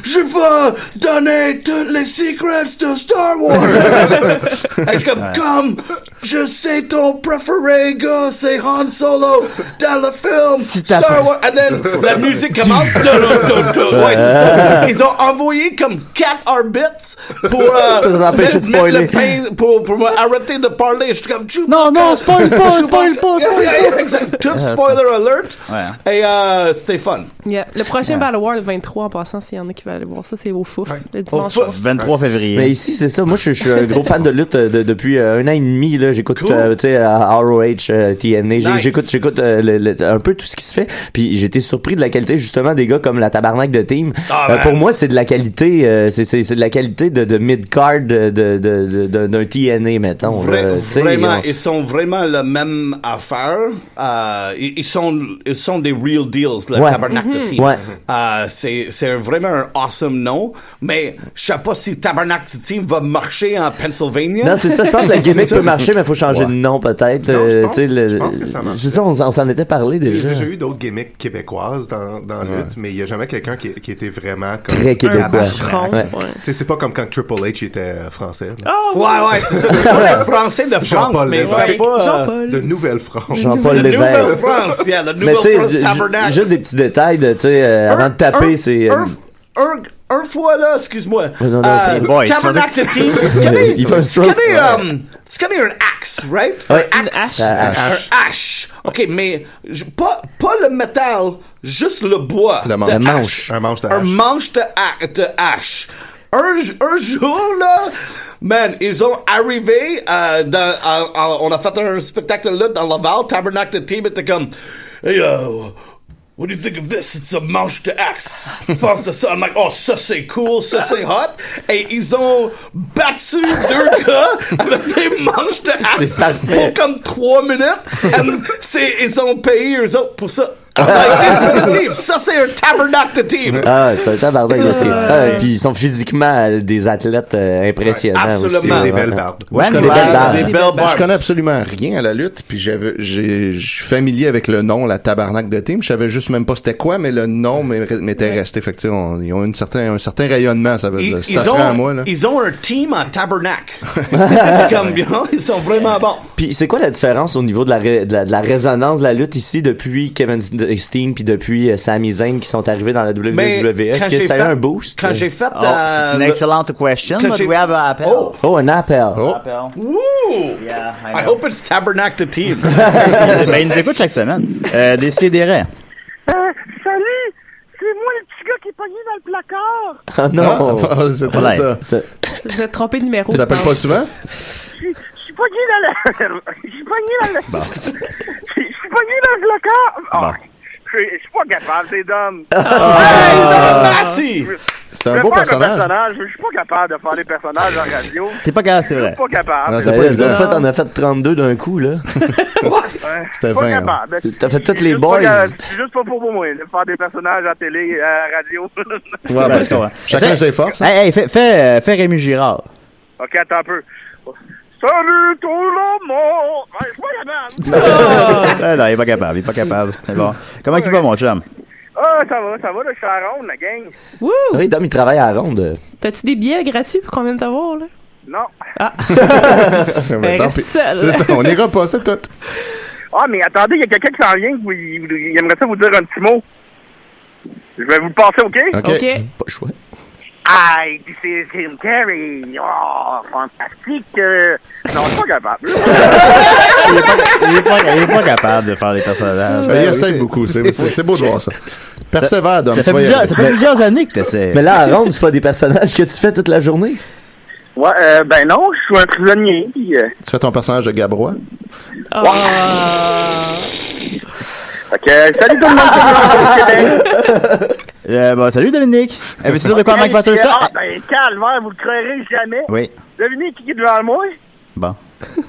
je vais donner toutes les secrets de Star Wars. [laughs] Et je suis comme, comme, je sais ton préféré gars, c'est Han Solo dans le
[laughs]
film
t'as-
Star Wars. And then, la musique commence. Dun, dun, dun, dun. Ouais,
[laughs]
c'est ça. Ils ont envoyé comme quatre arbitres pour, euh,
Pour t'empêcher de
mettre- mettre
spoiler.
le pain- pour, pour me arrêter de parler. Je suis comme, Chewbacca.
[laughs] spoil pas, spoil pas,
Yeah, yeah,
[laughs]
yeah, exact.
Ah,
Tout spoiler alert.
Ouais.
Et euh, c'était fun.
Yeah. Le prochain Battle War, le 23, en passant, s'il y en a qui veulent aller voir ça, c'est au Fouf. Le
Au
dimanche.
fouf.
23 février.
Mais ici, c'est ça. Moi, je, je suis un gros fan de lutte euh, de- depuis euh, un an et demi. là. J'écoute,
Cool.
euh, tu sais, euh, ROH, euh, TNA. J'ai-
Nice.
J'écoute, j'écoute euh, le- le- un peu tout ce qui se fait. Puis j'étais surpris de la qualité justement des gars comme la Tabarnak de Team.
Ah,
Euh,
ben.
pour moi, c'est de la qualité. euh, c'est c'est c'est de la qualité de, de mid card de de- de- de- d'un TNA mettons.
Vra-
là. Tu sais,
vraiment,
on-
ils sont vraiment la même affaire. Euh, ils, ils sont, ils sont des real deals, le
Ouais.
Tabernacle de Team.
Ouais.
Euh, c'est, c'est vraiment un awesome nom, mais je sais pas si Tabernacle de Team va marcher en Pennsylvania.
Non, c'est ça, je pense que la gimmick peut marcher, mais il faut changer
Ouais.
de nom peut-être.
Non, je
euh,
pense-
tu sais, le-
je pense que ça marche.
C'est ça, on, s'en- on s'en était parlé
Il y
déjà.
a déjà eu d'autres gimmicks québécoises dans, dans la lutte, mais il n'y a jamais quelqu'un qui, qui était vraiment comme.
Très
Un
québécois.
bûcheron.
Ouais.
ouais.
Tu sais, c'est pas comme quand Triple H était euh, français. là.
Oh,
Ouais, ouais,
[laughs]
c'est ça. C'est pas les Français de France,
Jean-Paul
mais
Lévesque.
c'est pas... euh,
Jean-Paul.
De Nouvelle-France.
Jean-Paul
le
Lévesque.
Nouvelle-France, yeah, le
Mais tu sais,
Nouvelle-France
ju- ju-
Tabernacle.
juste des petits détails, de, tu sais, euh, avant de taper, c'est... euh,
Un, un, un fois là, excuse-moi.
Ouais, non, non,
Euh,
ok. Boy,
Tabernacle de
[laughs]
Team, tu connais-
Il fait un
tu
stroke.
connais, euh, tu connais un axe, right?
Ouais.
Un
Une
axe.
hache.
Un hache. OK, mais je- pas, pas le métal, juste le bois.
Le manche.
de
Le
manche.
hache.
Un manche de
Un
hache.
manche de, ha- de hache. Un, j- un jour, là, man, ils ont arrivé, euh, dans- en- en- on a fait un spectacle là dans Laval, Tabernacle de Team était comme, hey, euh, What do you think of this? It's a manche de axe. Je pense à ça. I'm like, oh, ça c'est cool, ça c'est hot. Et ils ont battu deux gars [laughs] avec des manches de axe
C'est parfait.
pour comme trois minutes. And c'est, ils ont payé eux autres pour ça. I'm like, this is a team. Ça c'est un tabernacle de team.
Ah, c'est un tabarnak de film.
Euh.
Ah, et Puis ils sont physiquement euh, des athlètes euh, impressionnants
Ouais, absolument.
aussi. hein,
Ils ont des
Ouais,
belles
ouais.
barbes.
Ouais,
Des
mais-
belles barbes.
Des belles
Moi,
barbes.
Ben, je connais absolument rien à la lutte, puis j'avais, j'ai, je suis familier avec le nom, la tabarnak de team. Je savais juste même pas c'était quoi, mais le nom m'est- m'était resté. Fait que, tu sais, on- ils ont une certain, un certain rayonnement, ça veut
Ils,
dire.
ils
Ça
ont,
serait à moi, là.
ils ont un team en tabernacle. c'est comme, you know, ils sont vraiment bons.
Puis c'est quoi la différence au niveau de la, ré- de la, de la résonance de la lutte ici depuis Kevin Steen puis depuis euh, Sami Zayn qui sont arrivés dans la WWE?
Mais
Est-ce
quand
que
j'ai
ça a
fait-
eu un boost?
Quand j'ai fait,
Oh,
euh,
c'est une
le-
excellente question,
que
but
j'ai-
we have an appel.
Oh.
Oh, un appel.
Oh.
Appel.
Woo!
Yeah, I
I
know.
hope it's tabernacle de team.
ben, ils nous écoutent chaque semaine. Euh, Décidérez.
Euh, salut! C'est moi le petit gars qui est pogné dans le placard!
Ah, non!
Ah, c'est pas
Ouais.
ça.
C'est-
Vous êtes trompé de numéro.
Ils
je
appellent pas
pense.
souvent?
Je suis- je suis pogné dans le... [laughs] Je suis pogné dans le... [laughs] Je je suis pogné dans le placard! Ah, je je suis pas capable, c'est d'hommes!
Merci!
C'est un beau personnage.
Je suis pas capable de faire des personnages en radio.
T'es pas grave, c'est
Je
vrai.
suis pas capable.
Non,
Je
c'est
Ben
pas
là, en
évident.
fait, on a fait 32 d'un coup, là.
C'était
suis pas
20. hein.
capable.
T'as fait toutes les
Je suis
boys.
pas capable- Je suis juste pas pour moi de faire des personnages à télé, à la radio. [laughs]
Ouais, ben,
Ouais, c'est vrai.
chacun
Essaye-
ses
[laughs]
forces. hein.
Hey, hey, fais, fais, euh, fais Rémi Girard.
ok, attends un peu. Salut tout le monde! Ouais, Je suis pas capable!
[laughs] Ah, non, il est pas capable, il est pas capable. C'est bon. Comment tu vas, mon chum?
Ah, ça va, ça va, là, je suis à la ronde, la gang.
Wouh!
Oui, Dom, il travaille à la ronde.
T'as-tu des billets gratuits pour combien de temps voir, là?
Non.
Mais
Ben,
tant
reste
pis.
seul.
C'est ça, on ira passer tout.
Ah, mais attendez, il y a quelqu'un qui s'en vient, vous- il, il aimerait ça vous dire un petit mot. Je vais vous le passer, OK?
OK. Ben,
OK.
Pas chouette.
Hi, this is Jim Carrey. Oh, fantastique. euh. Non, je suis pas capable.
Il est pas, il est pas- il est pas capable de faire des personnages.
Ben, il
Ben oui.
essaie beaucoup. C'est c'est- c'est beau de
[laughs]
voir ça. Persévère, Dom.
Ça fait
tu vas y
plusieurs,
arriver.
ça fait plusieurs années que t'essaies.
Mais là, à Ronde, c'est pas des personnages que tu fais toute la journée.
Ouais, euh, ben non, je suis un prisonnier. Puis, euh,
Tu fais ton personnage de Gabrois.
Ah,
fait que, salut tout le monde, c'est Laurent au Québec.
Euh, bon, salut Dominique. Avais-tu dit de quoi Mike Patterson?
Ah, ben, calvaire, vous le croirez jamais.
Oui.
Devinez qui est devant moi?
Bon.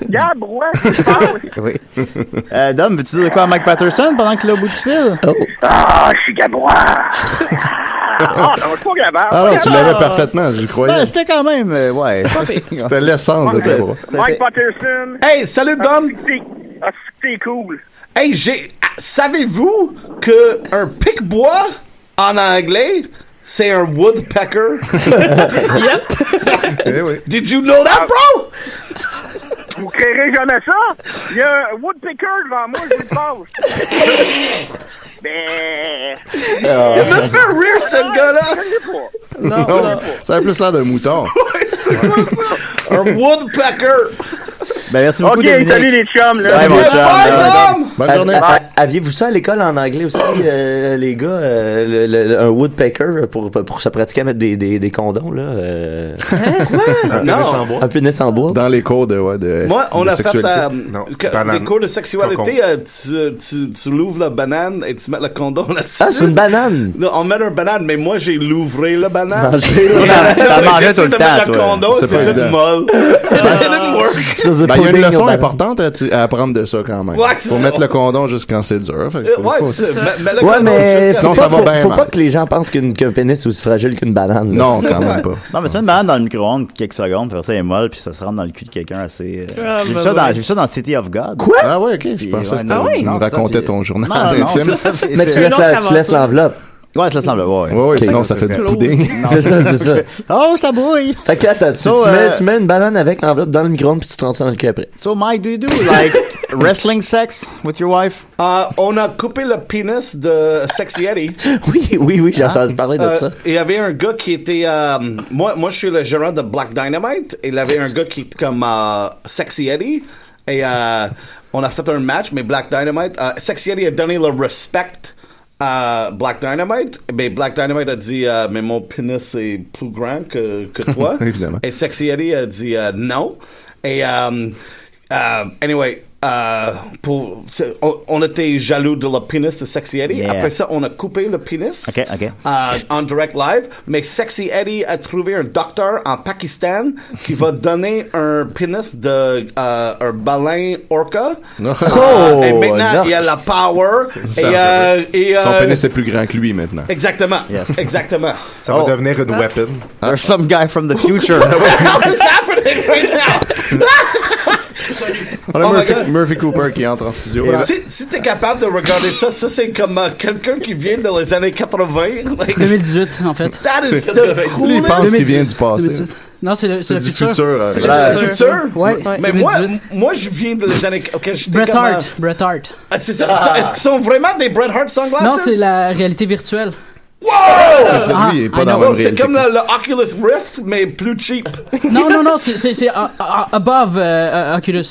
Gab Roy, je pense.
Oui. Euh, Dom, veux-tu dire de quoi à Mike Patterson pendant que c'est là au bout du fil?
Ah, je suis Gabrois. Ah, non, je suis pas capable.
Ah non, tu l'avais parfaitement, je
Ouais,
croyais.
c'était quand même, euh, ouais.
C'était l'essence de
Ouais.
Gabrois.
Mike Patterson.
Hey, salut Dom.
c'est- Ah, c'est que t'es cool.
Hey, j'ai. ah, Savez-vous que un pic-bois en anglais, c'est un woodpecker?
Eh oui.
Did you know that, bro?
Vous créerez jamais ça? Il y a un woodpecker devant moi, je vous le passe. Ben.
Il me fait rire, ce gars-là!
Je sais pas.
Non,
Non,
non.
ça a plus l'air d'un mouton.
[laughs] Un woodpecker!
Ben, merci beaucoup,
Ok,
Dominique.
salut les chums, là.
Ouais, mon chum.
Bye, Dom!
Bonne
Euh,
journée.
A- a- Aviez-vous ça à l'école en anglais aussi, euh, les gars, euh, le- le- le- un woodpecker pour, pour se pratiquer à mettre des, des, des condoms, là, euh,
Non!
un pénis en bois?
Dans les cours de, ouais, de
Moi, on
de
a fait
sexualité. Ben,
euh,
Non,
que-
banane.
des cours de sexualité. euh, tu euh, tu, tu l'ouvres la banane et tu mets le condom là-dessus.
Ah, c'est une banane!
Non, on met une banane, mais moi, j'ai l'ouvré la banane.
Manger, là.
T'as mangé
J'essaie
tout
de
le
mettre
temps,
le
toi.
condom,
C'est
c'est
pas
tout
évident.
molle. It didn't work.
Ça,
Ben, il
c'est
y a une
pudding aux
leçon
bananes.
importante à, ti- à apprendre de ça quand même.
Ouais, c'est
Faut
ça.
mettre le condom juste quand c'est dur. Fait que faut-
Ouais,
faut-
c'est ça. Mets le
Ouais,
condom
mais
jusqu'à-
faut,
Sinon,
pas,
ça va
faut-
bien
faut
mal.
pas que les gens pensent qu'une- qu'un pénis est aussi fragile qu'une banane. là.
Non, quand même pas.
Non, mais tu mets une banane dans le micro-ondes quelques secondes, puis ça est molle, puis ça se rentre dans le cul de quelqu'un assez. euh,
Ah,
j'ai, vu
bah
ça dans,
ouais.
j'ai vu ça dans City of God.
Quoi?
Ah ouais, ok. Je
Puis,
pensais
ouais,
que c'était-
non,
tu
non,
me
ça,
racontais
c'est-
ton journal
Non, non, ça,
intime.
ça,
Mais tu
c'est-
laisses,
une autre
la- tu laisses
aventure.
l'enveloppe.
Ouais, ça semble, ouais.
Ouais, ouais,
Ok.
sinon ça fait du
Tu l'as
pudding.
C'est ça, c'est ça.
Oh, ça bouille!
Fait que là, t'as- tu,
So,
tu mets,
euh,
tu mets une banane avec l'enveloppe dans le micro-ondes puis tu te rends ça dans le cul après.
So, Mike, do you do like wrestling sex with your wife?
Ah, on a coupé le pénis de Sexy Eddie.
[laughs] Oui, oui, oui, j'ai
Hein?
entendu parler de
Euh,
ça.
Il y avait un gars qui était. euh, moi, moi, je suis le gérant de Black Dynamite. Et il y avait un gars qui était comme euh, Sexy Eddie. Et euh, on a fait un match, mais Black Dynamite. euh, Sexy Eddie a donné le respect à Black Dynamite. Mais Black Dynamite a dit euh, Mais mon pénis est plus grand que, que toi.
Évidemment.
Et Sexy Eddie a dit euh, non. Et, euh, euh, anyway, euh, pour, c'est- on, on était jaloux de la pénis de Sexy Eddie.
Yeah.
Après ça, on a coupé le pénis
Ok, ok.
euh, en direct live. Mais Sexy Eddie a trouvé un docteur en Pakistan
[laughs]
qui va donner un pénis de euh, un baleine orca. Euh, et maintenant,
non.
il y a la power.
Oh, ça,
et, euh, et,
Son
euh,
pénis est plus grand que lui maintenant.
Exactement.
Yes.
Exactement.
Ça va devenir une weapon.
Ah.
There's some guy from the
[laughs]
future.
What is happening right now?
On a
Oh my
Murphy,
God.
Murphy Cooper qui entre en studio. là.
Si, si t'es capable de regarder ça, ça c'est comme euh, quelqu'un qui vient dans les années 80.
[laughs]
Like,
2018, en fait.
that is the
Lui, il pense
coolest
qu'il vient du passé.
2018. Non, c'est le, c'est
C'est
le
du
futur.
futur. euh,
C'est
voilà.
le
futur.
Ouais,
Mais moi,
2018.
moi, je viens de les années. Ok, j'étais
Bret
comme, euh,
Hart. Bret Hart.
Ah, c'est ça. ça, Est-ce qu'ils sont vraiment des Bret Hart sunglasses?
Non, c'est la réalité virtuelle.
C'est
Ah,
lui, il est
I
pas dans
know.
la même
C'est
réalité.
comme le, le Oculus Rift, mais plus
[laughs]
cheap.
Non, non, non, c'est- c'est c'est, euh, euh, above euh, euh, Oculus.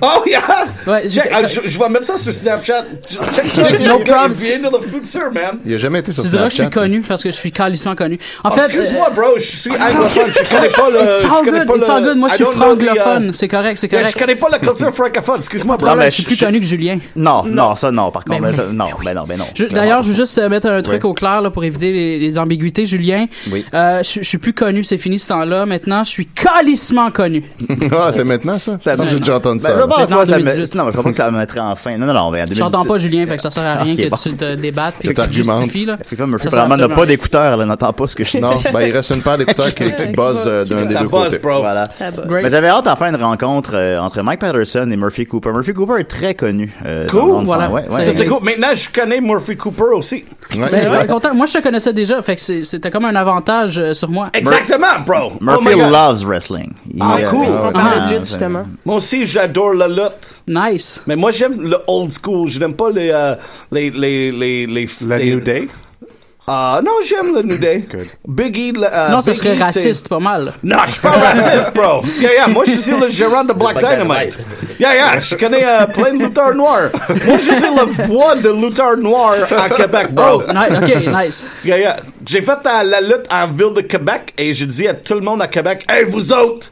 Oh, yeah!
Ouais,
Check,
je-
ah, je, je vais mettre ça sur Snapchat. Check ça.
No
le gars,
prompt.
Il vient de le futur, man.
Il a jamais été sur
Tu diras que je suis
Snapchat.
connu parce que je suis calissement connu. En fait,
Ah,
euh,
Excuse-moi, bro, je
[laughs]
suis anglophone. Je connais pas le.
it's all
je connais
good,
pas
it's
le-
all good. Moi, je
I
suis
don't know the, uh,
francophone. C'est correct, c'est
yeah, Je
correct.
connais pas la culture francophone. Excuse-moi, bro.
Non, mais
Je suis plus connu que Julien.
Non, non, ça non, par contre.
Ben oui.
ça- non, ben non, ben non.
Je- D'ailleurs, je veux juste euh, mettre un truc au clair là, pour éviter les, les ambiguïtés, Julien.
Oui.
Euh, je, je suis plus connu, c'est fini ce temps-là. Maintenant, je suis calissement connu.
Ah, c'est maintenant ça?
Ça,
Non, J'ai déjà entendu
Ben, je
ça.
veux
là.
pas,
Maintenant,
toi, ça me...
2018.
Non, mais je crois pas que ça me mettrait en fin. Non, non, non, mais en 2018.
J'entends pas Julien, fait que ça sert à rien
Ok,
que
bon.
tu te débattes et
Tu
que tu te
t'argumentes.
justifies.
[laughs]
Là.
Effectivement, Murphy,
Ça sert
probablement n'a
absolument
pas
rien.
d'écouteurs, là, n'entend pas ce
[laughs]
que je dis.
Non, ben il reste une paire d'écouteurs qui, qui buzz euh, d'un des
Ça
deux
bosse,
côtés.
bro.
Voilà.
Ça va.
Great.
Mais j'avais hâte d'en faire une rencontre euh, entre Mike Patterson et Murphy Cooper. Murphy Cooper est très connu. euh, dans le
Cool,
monde.
voilà.
Ouais, ouais.
Ça,
Ça, c'est cool. Maintenant, je connais Murphy Cooper aussi.
Ouais.
Mais Ben, ouais, content. Moi, je te connaissais déjà, fait que c'est- c'était comme un avantage euh, sur moi.
Exactement, bro.
Murphy
oh my God.
loves wrestling. Il,
Ah,
euh,
cool.
il-
On
ah,
parlait de
c'est-
lutte, justement.
Moi aussi, j'adore la lutte.
Nice.
Mais moi, j'aime le old school. Je n'aime pas les, euh, les, les, les, les,
La
les-
New Day.
Ah non, j'aime le New Day. Biggie.
Euh,
Sinon, ce serait raciste, pas mal.
Non, je suis pas
[laughs]
raciste, bro. Yeah, yeah, moi je suis le gérant de Black Dynamite. Yeah, yeah, je connais euh, plein de lutteurs noirs. Moi je suis la voix de lutteurs noirs à Québec, bro.
Oh, ni- ok, nice.
Yeah, yeah. J'ai fait euh, la lutte en ville de Québec et je dis à tout le monde à Québec, hey vous autres,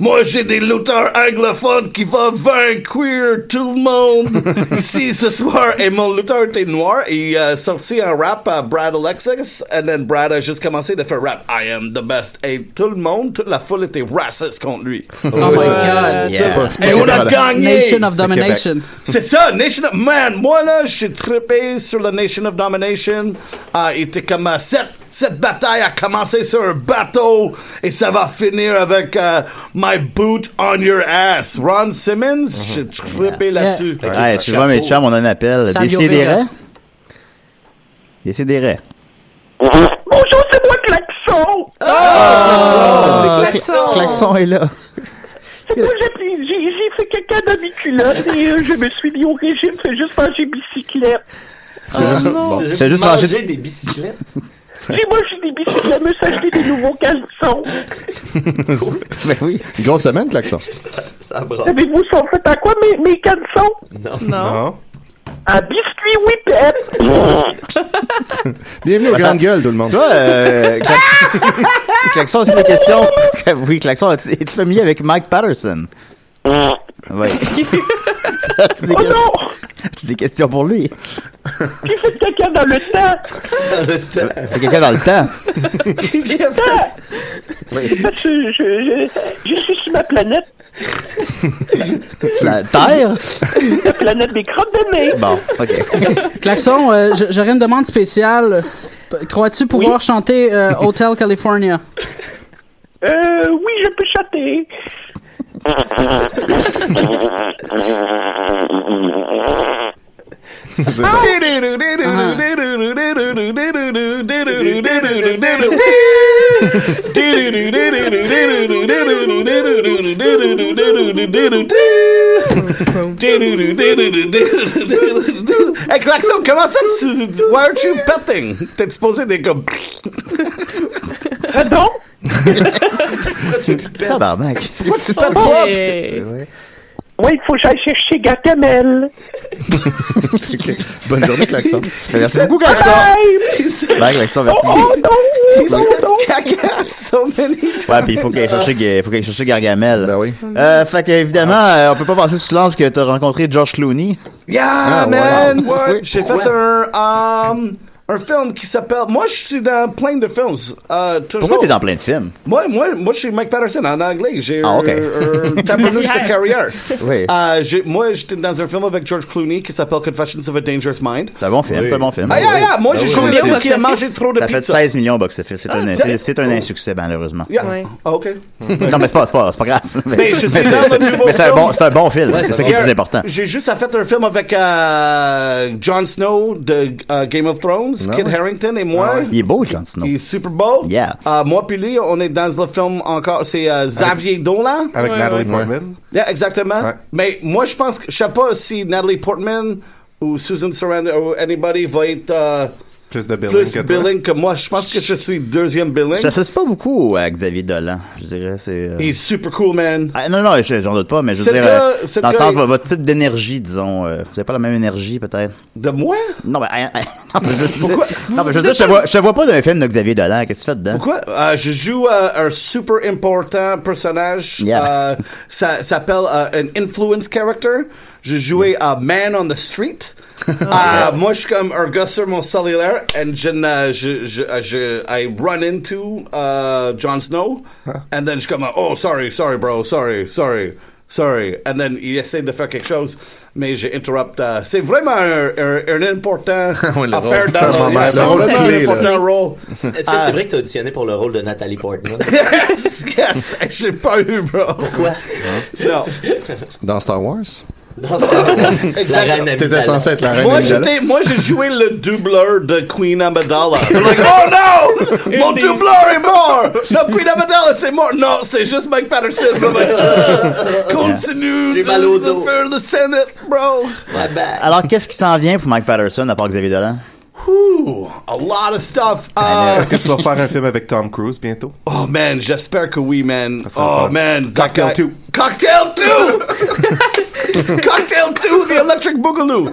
moi j'ai des lutteurs anglophones qui vont vaincre tout le monde ici ce soir. Et mon lutteur était noir et il a sorti un rap à Brad Alexis and then Brad a juste commencé de faire rap I am the best. Et tout le monde, toute la foule était raciste contre lui.
Oh my god.
Yeah.
Et on a gagné!
Nation of Domination.
C'est ça, Nation of... Man, moi là, j'ai trippé sur la Nation of Domination. Ah, il était comme... euh, cette, cette bataille a commencé sur un bateau et ça va finir avec euh, My Boot on Your Ass. Ron Simmons, j'ai trippé là-dessus.
Ouais, tu vois, mes chums, on a un appel.
Savio
Décidérez.
Vega.
Décidérez.
Bonjour, c'est moi, Klaxon!
Klaxon est là.
Moi, j'ai- j'ai j'ai fait caca dans mes culottes et euh, je me suis mis au régime, j'ai juste mangé bicyclette.
T'as juste
Ah,
mangé
des bicyclettes.
J'ai mangé des bicyclettes, me suis acheté des nouveaux caleçons.
Ben oui.
Une grosse semaine, Klaxon.
Ça brasse.
Savez-vous, sont faits à quoi mes, mes caleçons?
Non.
Non?
À biscuits whippet!
Bienvenue aux grandes gueules, tout le monde.
Toi, euh,
[laughs]
Klaxon- Klaxon, c'est la question. Oui, Klaxon, es-tu es-tu familier avec Mike Patterson?
[laughs]
Oui. c'est des,
Oh
que-
non!
c'est des questions pour lui.
J'ai fait caca dans le temps!
C'est quelqu'un dans le temps.
J'ai fait ça! Parce que je, je, je suis sur ma planète,
La Terre?
la planète des crottes de nez.
Bon, OK.
Klaxon, euh, j- j'aurais une demande spéciale. P- Crois-tu pouvoir chanter euh, Hotel
[laughs]
California?
Euh, oui, je peux chanter.
Hey, Klaxon, comment ça tu... tu- Why aren't you petting? T'es supposé des comme...
Pardon?
Tabarnak.
Hey.
Oui, il faut que j'aille chercher Gatamel.
Bonne journée, Klaxon.
Merci beaucoup, Klaxon.
Bye!
Bye,
Oh,
Klaxon, merci.
oh, non! Non, non!
Caca, so many...
Ouais, puis il faut qu'elle cherche, il faut qu'elle cherche Gargamel.
Ben oui.
Euh, fait qu'évidemment, euh, on peut pas passer sous silence que t'as rencontré George Clooney.
Yeah,
Ah,
man!
wow.
Ouais,
Oui.
J'ai fait un, euh, un film qui s'appelle. Moi, je suis dans plein de films. Euh, toujours.
Pourquoi t'es dans plein de films?
Moi, moi, moi, je suis Mike Patterson en anglais. J'ai
Ah,
un
ok. [laughs]
un tabarnouche de carrière.
Oui.
Euh, j'ai- moi, j'étais dans un film avec George Clooney qui s'appelle Confessions of a Dangerous Mind.
C'est un bon film, c'est un bon film. Ben
Ah, yeah, yeah! Moi, j'ai joué
oui.
le gars qui a
Ça
mangé trop de
Ça fait
pizza. Ah, Oh.
16 millions au box-office. C'est un, c'est, c'est un insuccès, malheureusement.
Yeah.
Ouais.
Ah, OK.
Non, mais c'est pas, c'est pas, c'est pas grave. Mais,
[laughs] Ben, je suis
c'est,
dans le nouveau
mais c'est un
film.
bon, c'est un bon film. c'est ça qui est le plus
Hier,
important.
J'ai juste fait un film avec euh, Jon Snow de euh, Game of Thrones, Kid Harrington et moi.
Il est beau, John Snow.
Il est Super Bowl.
Yeah.
Euh, moi puis lui, on est dans le film encore. C'est euh, Xavier Dolan.
Avec
Ouais,
Natalie Portman?
Yeah, exactement.
Ouais.
Mais moi, je pense que je sais pas si Natalie Portman ou Susan Sarandon ou anybody va être euh,
Plus de billing
plus
que toi.
billing que moi. Je pense que je suis deuxième
Je
billing.
t'associe pas beaucoup à Xavier Dolan. Je dirais, c'est. euh,
Il est super cool, man.
Ah, non, non, je- j'en doute pas, mais je
Ce
veux dire,
gars-
euh,
ce
dans le
gars
sens,
est-
vo- votre type d'énergie, disons, euh, vous avez pas la même énergie, peut-être.
De moi?
Non, mais, hein, hein, [laughs] non, mais je veux dire, non, mais je veux dire, je te vois, je te vois pas d'un film de Xavier Dolan. Qu'est-ce que tu fais dedans?
Pourquoi? Euh, je joue euh, un super important personnage.
Yeah.
Euh, ça ça s'appelle euh, un influence character. Je jouais euh, Man on
[laughs]
the Street. Euh, moi, je suis comme un gars sur mon cellulaire and je, ne- je, je, euh, je- I run into euh, Jon Snow. And then je suis comme, oh, sorry, sorry, bro, sorry, sorry, sorry. And then il essaie de faire quelque chose, mais je interrompt. euh, c'est vraiment un, un, un important
[laughs] Ouais, le rôle,
affaire
c'est un
dans
moment,
le-
le rôle
vraiment
clé,
un
là.
important rôle.
Est-ce que
Ah.
c'est vrai que t'as auditionné pour le rôle de Nathalie
[laughs]
Portman?
Yes, yes, j'ai pas eu, bro.
Quoi?
Non.
Dans Star Wars.
Dans ce La reine
T'étais
Amidala.
censé être la reine
Moi,
Amidala.
j'étais, moi, j'ai joué le doubleur de Queen Amidala. They're [laughs] like, oh non! Mon doubleur est mort! Non, Queen Amidala, c'est mort! Non, c'est juste Mike Patterson. [laughs] I'm like, ah, continue
J'ai
de,
mal au
de
dos.
faire le Senate, bro.
My bad.
Alors, qu'est-ce qui s'en vient pour Mike Patterson à part Xavier Dolan?
Whew, a lot of stuff.
Mais,
Uh,
Est-ce que tu vas faire un film avec Tom Cruise bientôt?
Oh man, j'espère que oui, man.
serait
Oh
fun.
man, that
Cocktail
guy-
two.
Cocktail two. Cocktail two, [laughs] the electric boogaloo.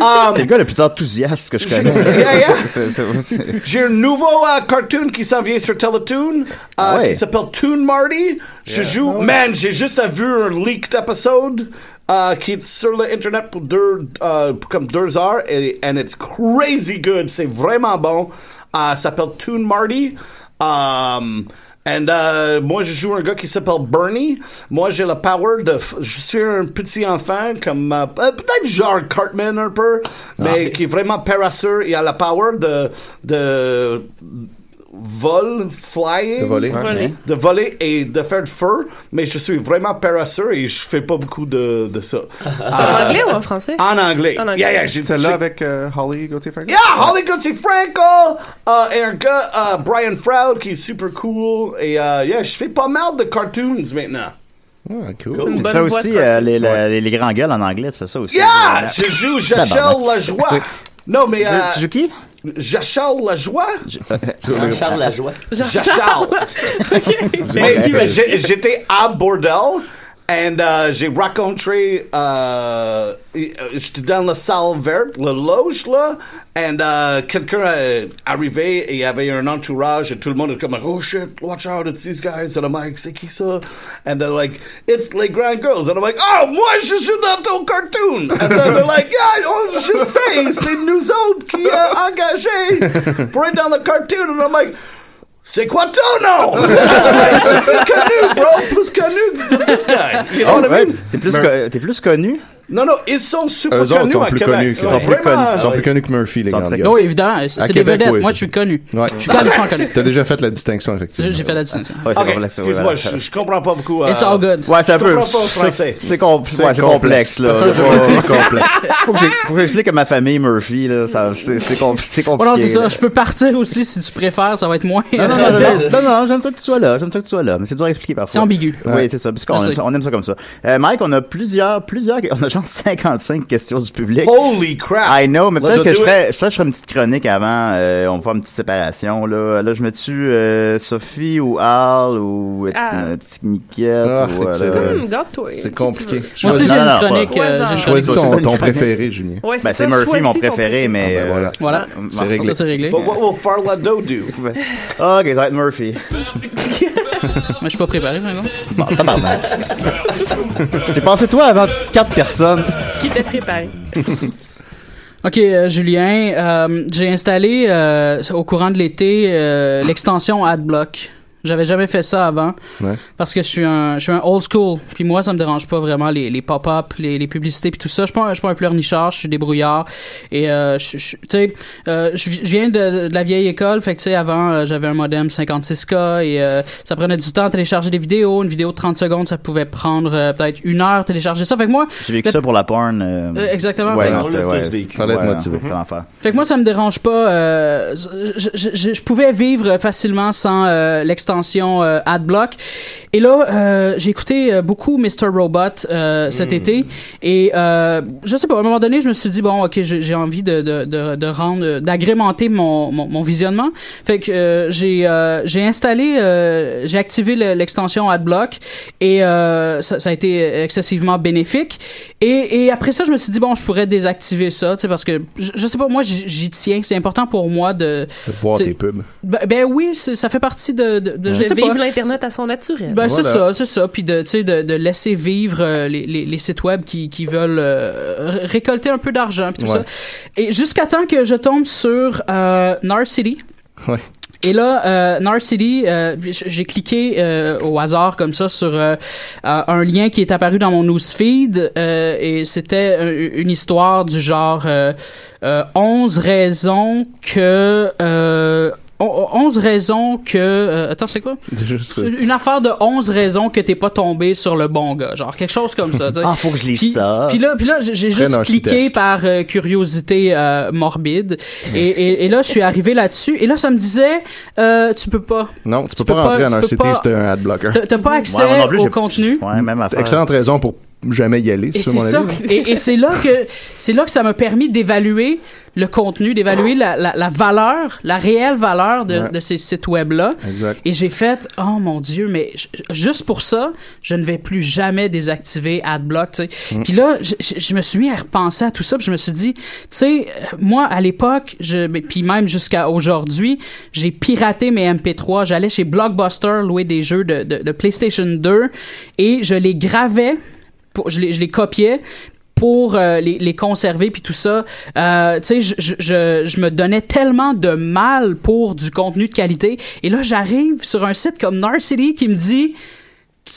Um,
T'es le gars le plus enthousiaste que je
[laughs]
connais.
Yeah,
[laughs]
yeah.
C'est- c'est- c'est-
J'ai un nouveau euh, cartoon qui s'en vient sur Teletoon
Ah
euh,
ouais.
qui s'appelle Toon Marty. Je
Yeah.
joue.
Ah ouais.
Man, j'ai juste vu un leaked episode euh, qui est sur l'internet pour deux, euh, pour comme deux heures et and it's crazy good. C'est vraiment bon. Euh, ça s'appelle Toon Marty. Um, And euh, moi, je joue un gars qui s'appelle Bernie. Moi, j'ai le power de... f- Je suis un petit enfant, comme... euh, euh, Peut-être genre Cartman un peu, mais qui est vraiment paresseux. Il a le power de... de vol, flying.
De voler. Ouais. Voler.
De voler et de faire du feu. Mais je suis vraiment paresseux et je fais pas beaucoup de, de ça. Euh,
C'est
Ah!
en anglais ou en français?
En anglais.
En anglais.
Yeah, yeah, j'ai-
Celle-là
j'ai-
avec euh, Holly Gauthier-Franco?
Yeah, Holly Gunsy Franco euh, et un gars, euh, Brian Froud, qui est super cool. Et euh, yeah, je fais pas mal de cartoons maintenant.
Ah, cool.
Tu fais aussi euh, les, la- les, les grands gueules en anglais, tu fais ça aussi.
Yeah! Je joue Jachel
Tabarnak.
Lajoie. Non, mais.
Tu- tu joues
qui? Jachel Lajoie.
[laughs]
Jean-Charles Lajoie.
[laughs]
Jachel.
Ben,
Mais- mais j'ai- J'étais à Bordel. And euh, j'ai rencontré, euh, et, euh, j'étais dans la salle verte, la loge là, and euh, quelqu'un est arrivé et il y avait un entourage et tout le monde était comme oh shit, watch out, it's these guys and I'm like c'est qui ça? And they're like it's les grand girls and I'm like oh moi je suis dans ton cartoon and then they're like yeah oh, je sais c'est nous autres qui euh, engagés pour être dans le cartoon and I'm like c'est quoi ton nom?
[laughs]
c'est connu, bro, plus connu que this guy. You know
Oh,
what I mean?
ouais, T'es plus, co- t'es plus connu?
Non, non, ils sont super
Eux
connus.
autres sont
à
plus
Québec.
connus. que-
Ouais.
Ils sont plus
Vraiment,
connus. Ils sont
ouais.
plus connus que Murphy, les grandes gars.
Oui, évidemment.
À
C'est des
Québec,
vedettes.
oui,
Moi,
c'est-
je suis connu.
Ouais.
Je suis complètement connu.
T'as déjà fait la distinction, effectivement.
J'ai j'ai fait la distinction.
Ok, excuse-moi, je, je comprends pas beaucoup.
It's all good.
Ouais, c'est un
Je
peu.
comprends pas au
c'est-
français.
C'est com- ouais, c'est complexe. là.
Personne
Faut-
ne peut dire complexe.
[laughs] Faut que j'ai- faut que j'explique à ma famille Murphy, là. ça- C'est c'est com- c'est
Ouais,
compliqué.
non, c'est ça.
là.
Je peux partir aussi si tu préfères, ça va être moins. euh,
Non, non, non, non, non, non, non, j'aime ça que tu sois là, j'aime ça que tu sois là, mais c'est dur à expliquer parfois.
C'est ambigu.
Oui,
Ouais.
c'est ça, parce qu'on
Je
aime
sais.
ça, on aime ça comme ça. Euh, Mike, on a plusieurs, plusieurs, on a genre 55 questions du public.
Holy crap!
I know, mais
Ah. Let's
peut-être que
do
je
it.
ferais, ça, je ferais une petite chronique avant, euh, on va faire une petite séparation, là. Là, je me tue, euh, Sophie ou Al ou, euh,
Ah.
euh, petite Niquette
Ah,
ou, euh,
excellent.
Hum, garde-toi.
C'est
si tu
compliqué.
veux.
Moi aussi,
Non, non,
j'ai une
non,
chronique.
pas-
euh, j'ai une
Choisis
chronique.
Choisis ton, ton préféré, Julien.
Ouais,
Ben,
ça,
c'est Murphy,
choisis
mon
ton
préféré, mais, euh,
Ah, ben, voilà.
Voilà.
C'est réglé.
Ça, c'est réglé.
But
Moi,
what will Farlado do?
Ah, ok, ça va être Murphy.
je suis pas préparé, vraiment.
Bon, tabarnak. J'ai pensé toi avant quatre personnes.
Qui t'a préparé?
OK, euh, Julien, euh, j'ai installé euh, au courant de l'été euh, l'extension AdBlock. J'avais jamais fait ça avant
Ouais.
parce que je suis un je suis un old school. Puis moi, ça me dérange pas vraiment les, les pop-up, les, les publicités puis tout ça. Je suis pas un, je suis pas un pleurnichard, je suis débrouillard et euh, je, je- tu sais euh, je vi- je viens de, de la vieille école, fait que tu sais avant euh, j'avais un modem 56K et euh, ça prenait du temps à télécharger des vidéos, une vidéo de 30 secondes, ça pouvait prendre euh, peut-être une heure à télécharger ça. Fait que moi,
J'ai vécu ça pour la porn. euh,
Euh, exactement.
Ouais,
Fait-
non,
On
c'était,
l'a
ouais,
tous vécu.
Fallait être
Ouais.
motivé. C'est l'enfer.
Fait que moi, ça me dérange pas. euh, je, je- je- je pouvais vivre facilement sans euh, l'extension euh, AdBlock. Et là, euh, j'ai écouté euh, beaucoup Mr. Robot euh, cet été. Et euh, je sais pas, à un moment donné, je me suis dit, bon, OK, j'ai j'ai envie de, de, de, de rendre, d'agrémenter mon, mon, mon visionnement. Fait que euh, j'ai euh, j'ai installé, euh, j'ai activé le- l'extension AdBlock. Et euh, ça, ça a été excessivement bénéfique. Et, et après ça, je me suis dit, bon, je pourrais désactiver ça, tu sais, parce que je, je sais pas, moi, j'y j'y tiens. C'est important pour moi de.
De voir
C'est-
tes pubs.
Ben, ben oui, c'est- ça fait partie de. de,
Je
de- je sais pas.
vivre l'Internet à son naturel.
Ben, c'est
Voilà.
ça, c'est ça. Puis de, tu sais, de, de laisser vivre euh, les, les, les sites web qui, qui veulent euh, ré- récolter un peu d'argent, puis tout
Ouais.
ça. Et jusqu'à temps que je tombe sur euh, Narcity.
Ouais.
Et là, euh, Narcity, euh, j- j'ai cliqué euh, au hasard comme ça sur euh, euh, un lien qui est apparu dans mon newsfeed euh, et c'était euh, une histoire du genre euh, euh, 11 raisons que... Euh, on- 11 raisons que... euh, attends, [laughs] c'est quoi?
Juste, euh,
Une affaire de 11 raisons que t'es pas tombé sur le bon gars. Genre, quelque chose comme ça.
[laughs]
tu sais.
Ah, faut que je lise
Puis,
ça.
puis là, puis là j'ai j'ai
Très
juste cliqué
narcissisque.
par euh, curiosité euh, morbide. Et, et, et là, je suis arrivé là-dessus. Et là, ça me disait, euh, tu peux pas.
Non, tu peux
peux
pas rentrer
pas-
en
tu peux
RCT
pas- [laughs]
si t'as un adblocker.
T'as t'as pas
Ouais, moi
accès
non plus,
au
j'ai-
contenu.
Ouais, même affaire.
Excellente raison pour jamais y aller.
Et
ça,
c'est
mon
ça.
avis.
[laughs] Et, et c'est là que c'est là que ça m'a permis d'évaluer le contenu, d'évaluer la, la- la valeur, la réelle valeur de,
Ouais.
de ces sites web là.
Exact.
Et j'ai fait oh mon dieu, mais j- juste pour ça, je ne vais plus jamais désactiver AdBlock. tu sais.
Mm.
Puis là, je, je- je me suis mis à repenser à tout ça, puis je me suis dit, tu sais, euh, moi à l'époque, je mais- puis même jusqu'à aujourd'hui, j'ai piraté mes MP3. J'allais chez Blockbuster louer des jeux de, de- de PlayStation 2 et je les gravais pour- je, les, je les copiais pour euh, les, les conserver puis tout ça Euh, tu sais je, je- je- je me donnais tellement de mal pour du contenu de qualité et là j'arrive sur un site comme Narcity qui me dit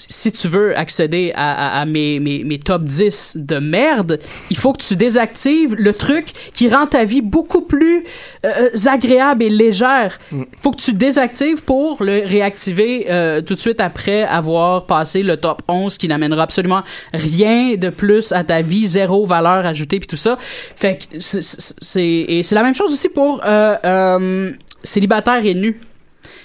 si tu veux accéder à, à- à mes, mes- mes top 10 de merde, il faut que tu désactives le truc qui rend ta vie beaucoup plus euh, agréable et légère.
Mm.
Il faut que tu désactives pour le réactiver euh, tout de suite après avoir passé le top 11 qui n'amènera absolument rien de plus à ta vie, zéro valeur ajoutée puis tout ça. Fait que c'est- c'est c'est- et c'est la même chose aussi pour euh, euh, célibataire et nu.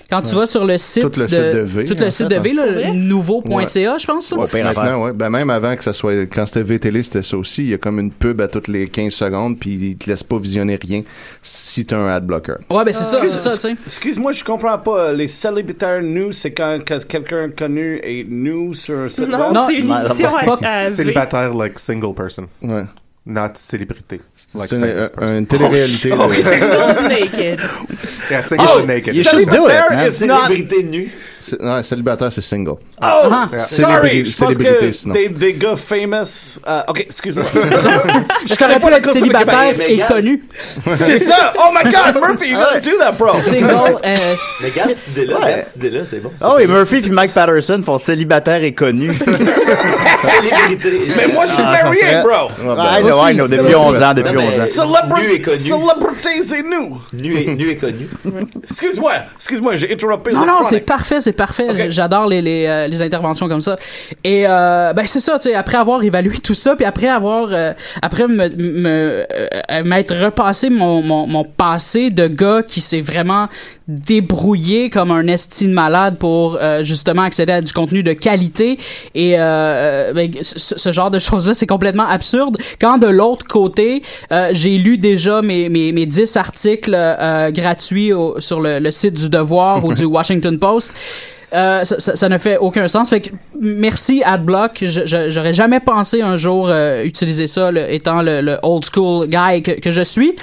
Quand tu
Ouais.
vas sur le site
Tout le
de,
site de V,
tout
en
le site
fait,
de V,
hein.
là,
Pour vrai?
nouveau.ca, je pense. Là.
Ouais, maintenant, ouais. Ben, même avant que ça soit, quand c'était VTL, c'était ça aussi. Il y a comme une pub à toutes les 15 secondes, puis il te laisse pas visionner rien si t'as un ad blocker.
Ouais, ben c'est ça, c'est
Excuse-
ça, tu sais.
Excuse-moi, je comprends pas. Les célibataires nus, c'est quand, quand quelqu'un connu est nu sur un site web?
euh,
Célibataire, like single person.
Ouais.
Not célébrité. Like
une- euh,
famous
un-
person.
une télé-réalité,
Oh,
là.
shit.
naked.
Yeah, single
Oh,
naked.
you should do it, man.
Célébrité nue.
C'est- Non, célibataire, c'est single.
Oh,
Ah.
Yeah.
sorry!
Célébri-
Je pense
célébrité,
que
sinon.
des, des gars famous... euh,
[laughs]
OK, excuse-moi.
Je savais pas
que
être célibataire et connu.
C'est ça! Oh my
[laughs]
God, Murphy, you gotta do that, bro!
Single,
Mais garde cette idée-là,
Ouais.
garde cette idée-là, c'est bon.
Oh, et Murphy puis Mike Patterson font célibataire et connu.
Célébrité.
Mais moi, je suis
Ah, ça
marié,
serait-
bro!
I know, I know, depuis 11 ans, depuis
Non, mais
11 ans.
nu et connu.
Celebrities et nous!
Nu et, nu et connu.
Excuse-moi, excuse-moi, j'ai interrompu
Non,
le
non,
chronique.
c'est parfait, c'est parfait. J'adore les, les, euh, les interventions comme ça. Et euh, ben c'est ça, tu sais, après avoir évalué tout ça, puis après avoir, euh, après me, me euh, m'être repassé mon, mon, mon passé de gars qui s'est vraiment débrouillé comme un estime malade pour euh, justement accéder à du contenu de qualité et euh, ben, ce, ce genre de choses là c'est complètement absurde quand de l'autre côté euh, j'ai lu déjà mes, mes, mes 10 articles euh, gratuits au- sur le, le site du Devoir ou du Washington Post euh, ça, ça- ça ne fait aucun sens. Fait que merci Adblock. Je- je- J'aurais jamais pensé un jour euh, utiliser ça, le- étant le, le old school guy que, que je suis.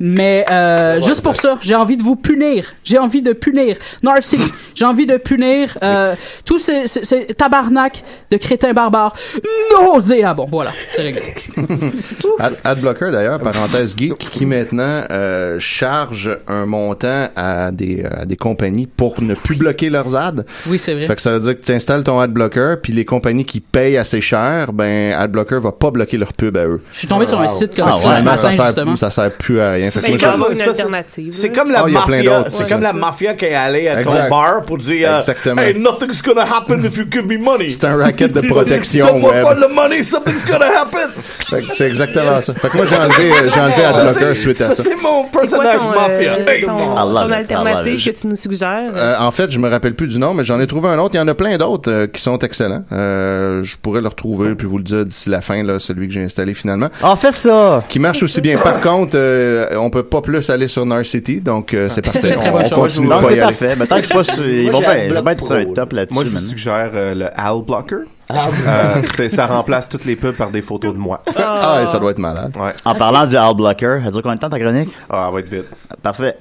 Mais euh, juste pour ça, j'ai envie de vous punir. J'ai envie de punir Narcy. j'ai envie de punir euh, tous ces, ces, ces tabarnak de crétins barbares. Ah Bon, voilà, c'est réglé.
Ad, Adblocker, d'ailleurs, parenthèse geek, qui maintenant euh, charge un montant à des, euh, à des compagnies pour ne plus bloquer leurs ads.
Oui, c'est vrai.
Fait que ça veut dire que tu installes ton adblocker, puis les compagnies qui payent assez cher, ben adblocker va pas bloquer leur pub à eux.
Je suis tombé sur un site comme ça ce
vraiment,
Ah matin,
sert,
justement.
Ah, ça sert plus à rien. Fait que
C'est
moi,
comme-
j'avoue-
une
Une
ça, c'est-
alternative.
C'est comme la
Ah, il y a plein
mafia.
d'autres,
C'est
c'est
comme
ça.
la mafia qui est allée à ton
Exact.
bar pour dire euh,
Exactement.
Hey, nothing's gonna happen if you give me money.
C'est un racket
[laughs]
de
Si
protection
tu donnes-moi
web.
pas le money, something's gonna happen.
fait que c'est exactement ça. Fait que moi, j'ai enlevé, euh, j'ai enlevé adblocker suite à ça.
c'est mon personnage
ton, euh,
mafia. Hey,
ton,
I love
ton
it, I love
alternative
it.
que tu nous suggères.
Euh, en fait, je me rappelle plus du nom, mais j'en ai trouvé un autre. Il y en a plein d'autres euh, qui sont excellents. Euh, je pourrais le retrouver puis vous le dire d'ici la fin, là, celui que j'ai installé finalement.
En fait, ça.
Qui marche aussi bien. Par contre, euh, on peut pas plus aller sur Narcity, donc euh, c'est parfait.
Ah. Très
On,
bonne
on
chose.
continue de
Donc,
pas
c'est
y aller.
parfait. Mais tant que je suis pas sur- ils Moi, vont j'ai bien- Adblock je vais bien être sur un Pro. top là-dessus
Moi, je vous
maintenant.
suggère euh, le Al Blocker. Euh, c'est- ça remplace toutes les pubs par des photos de moi.
Ah, et ça doit être malade.
Ouais.
En parlant du All Blocker, ça dure combien de temps ta chronique?
Ah, elle va être vite.
Parfait.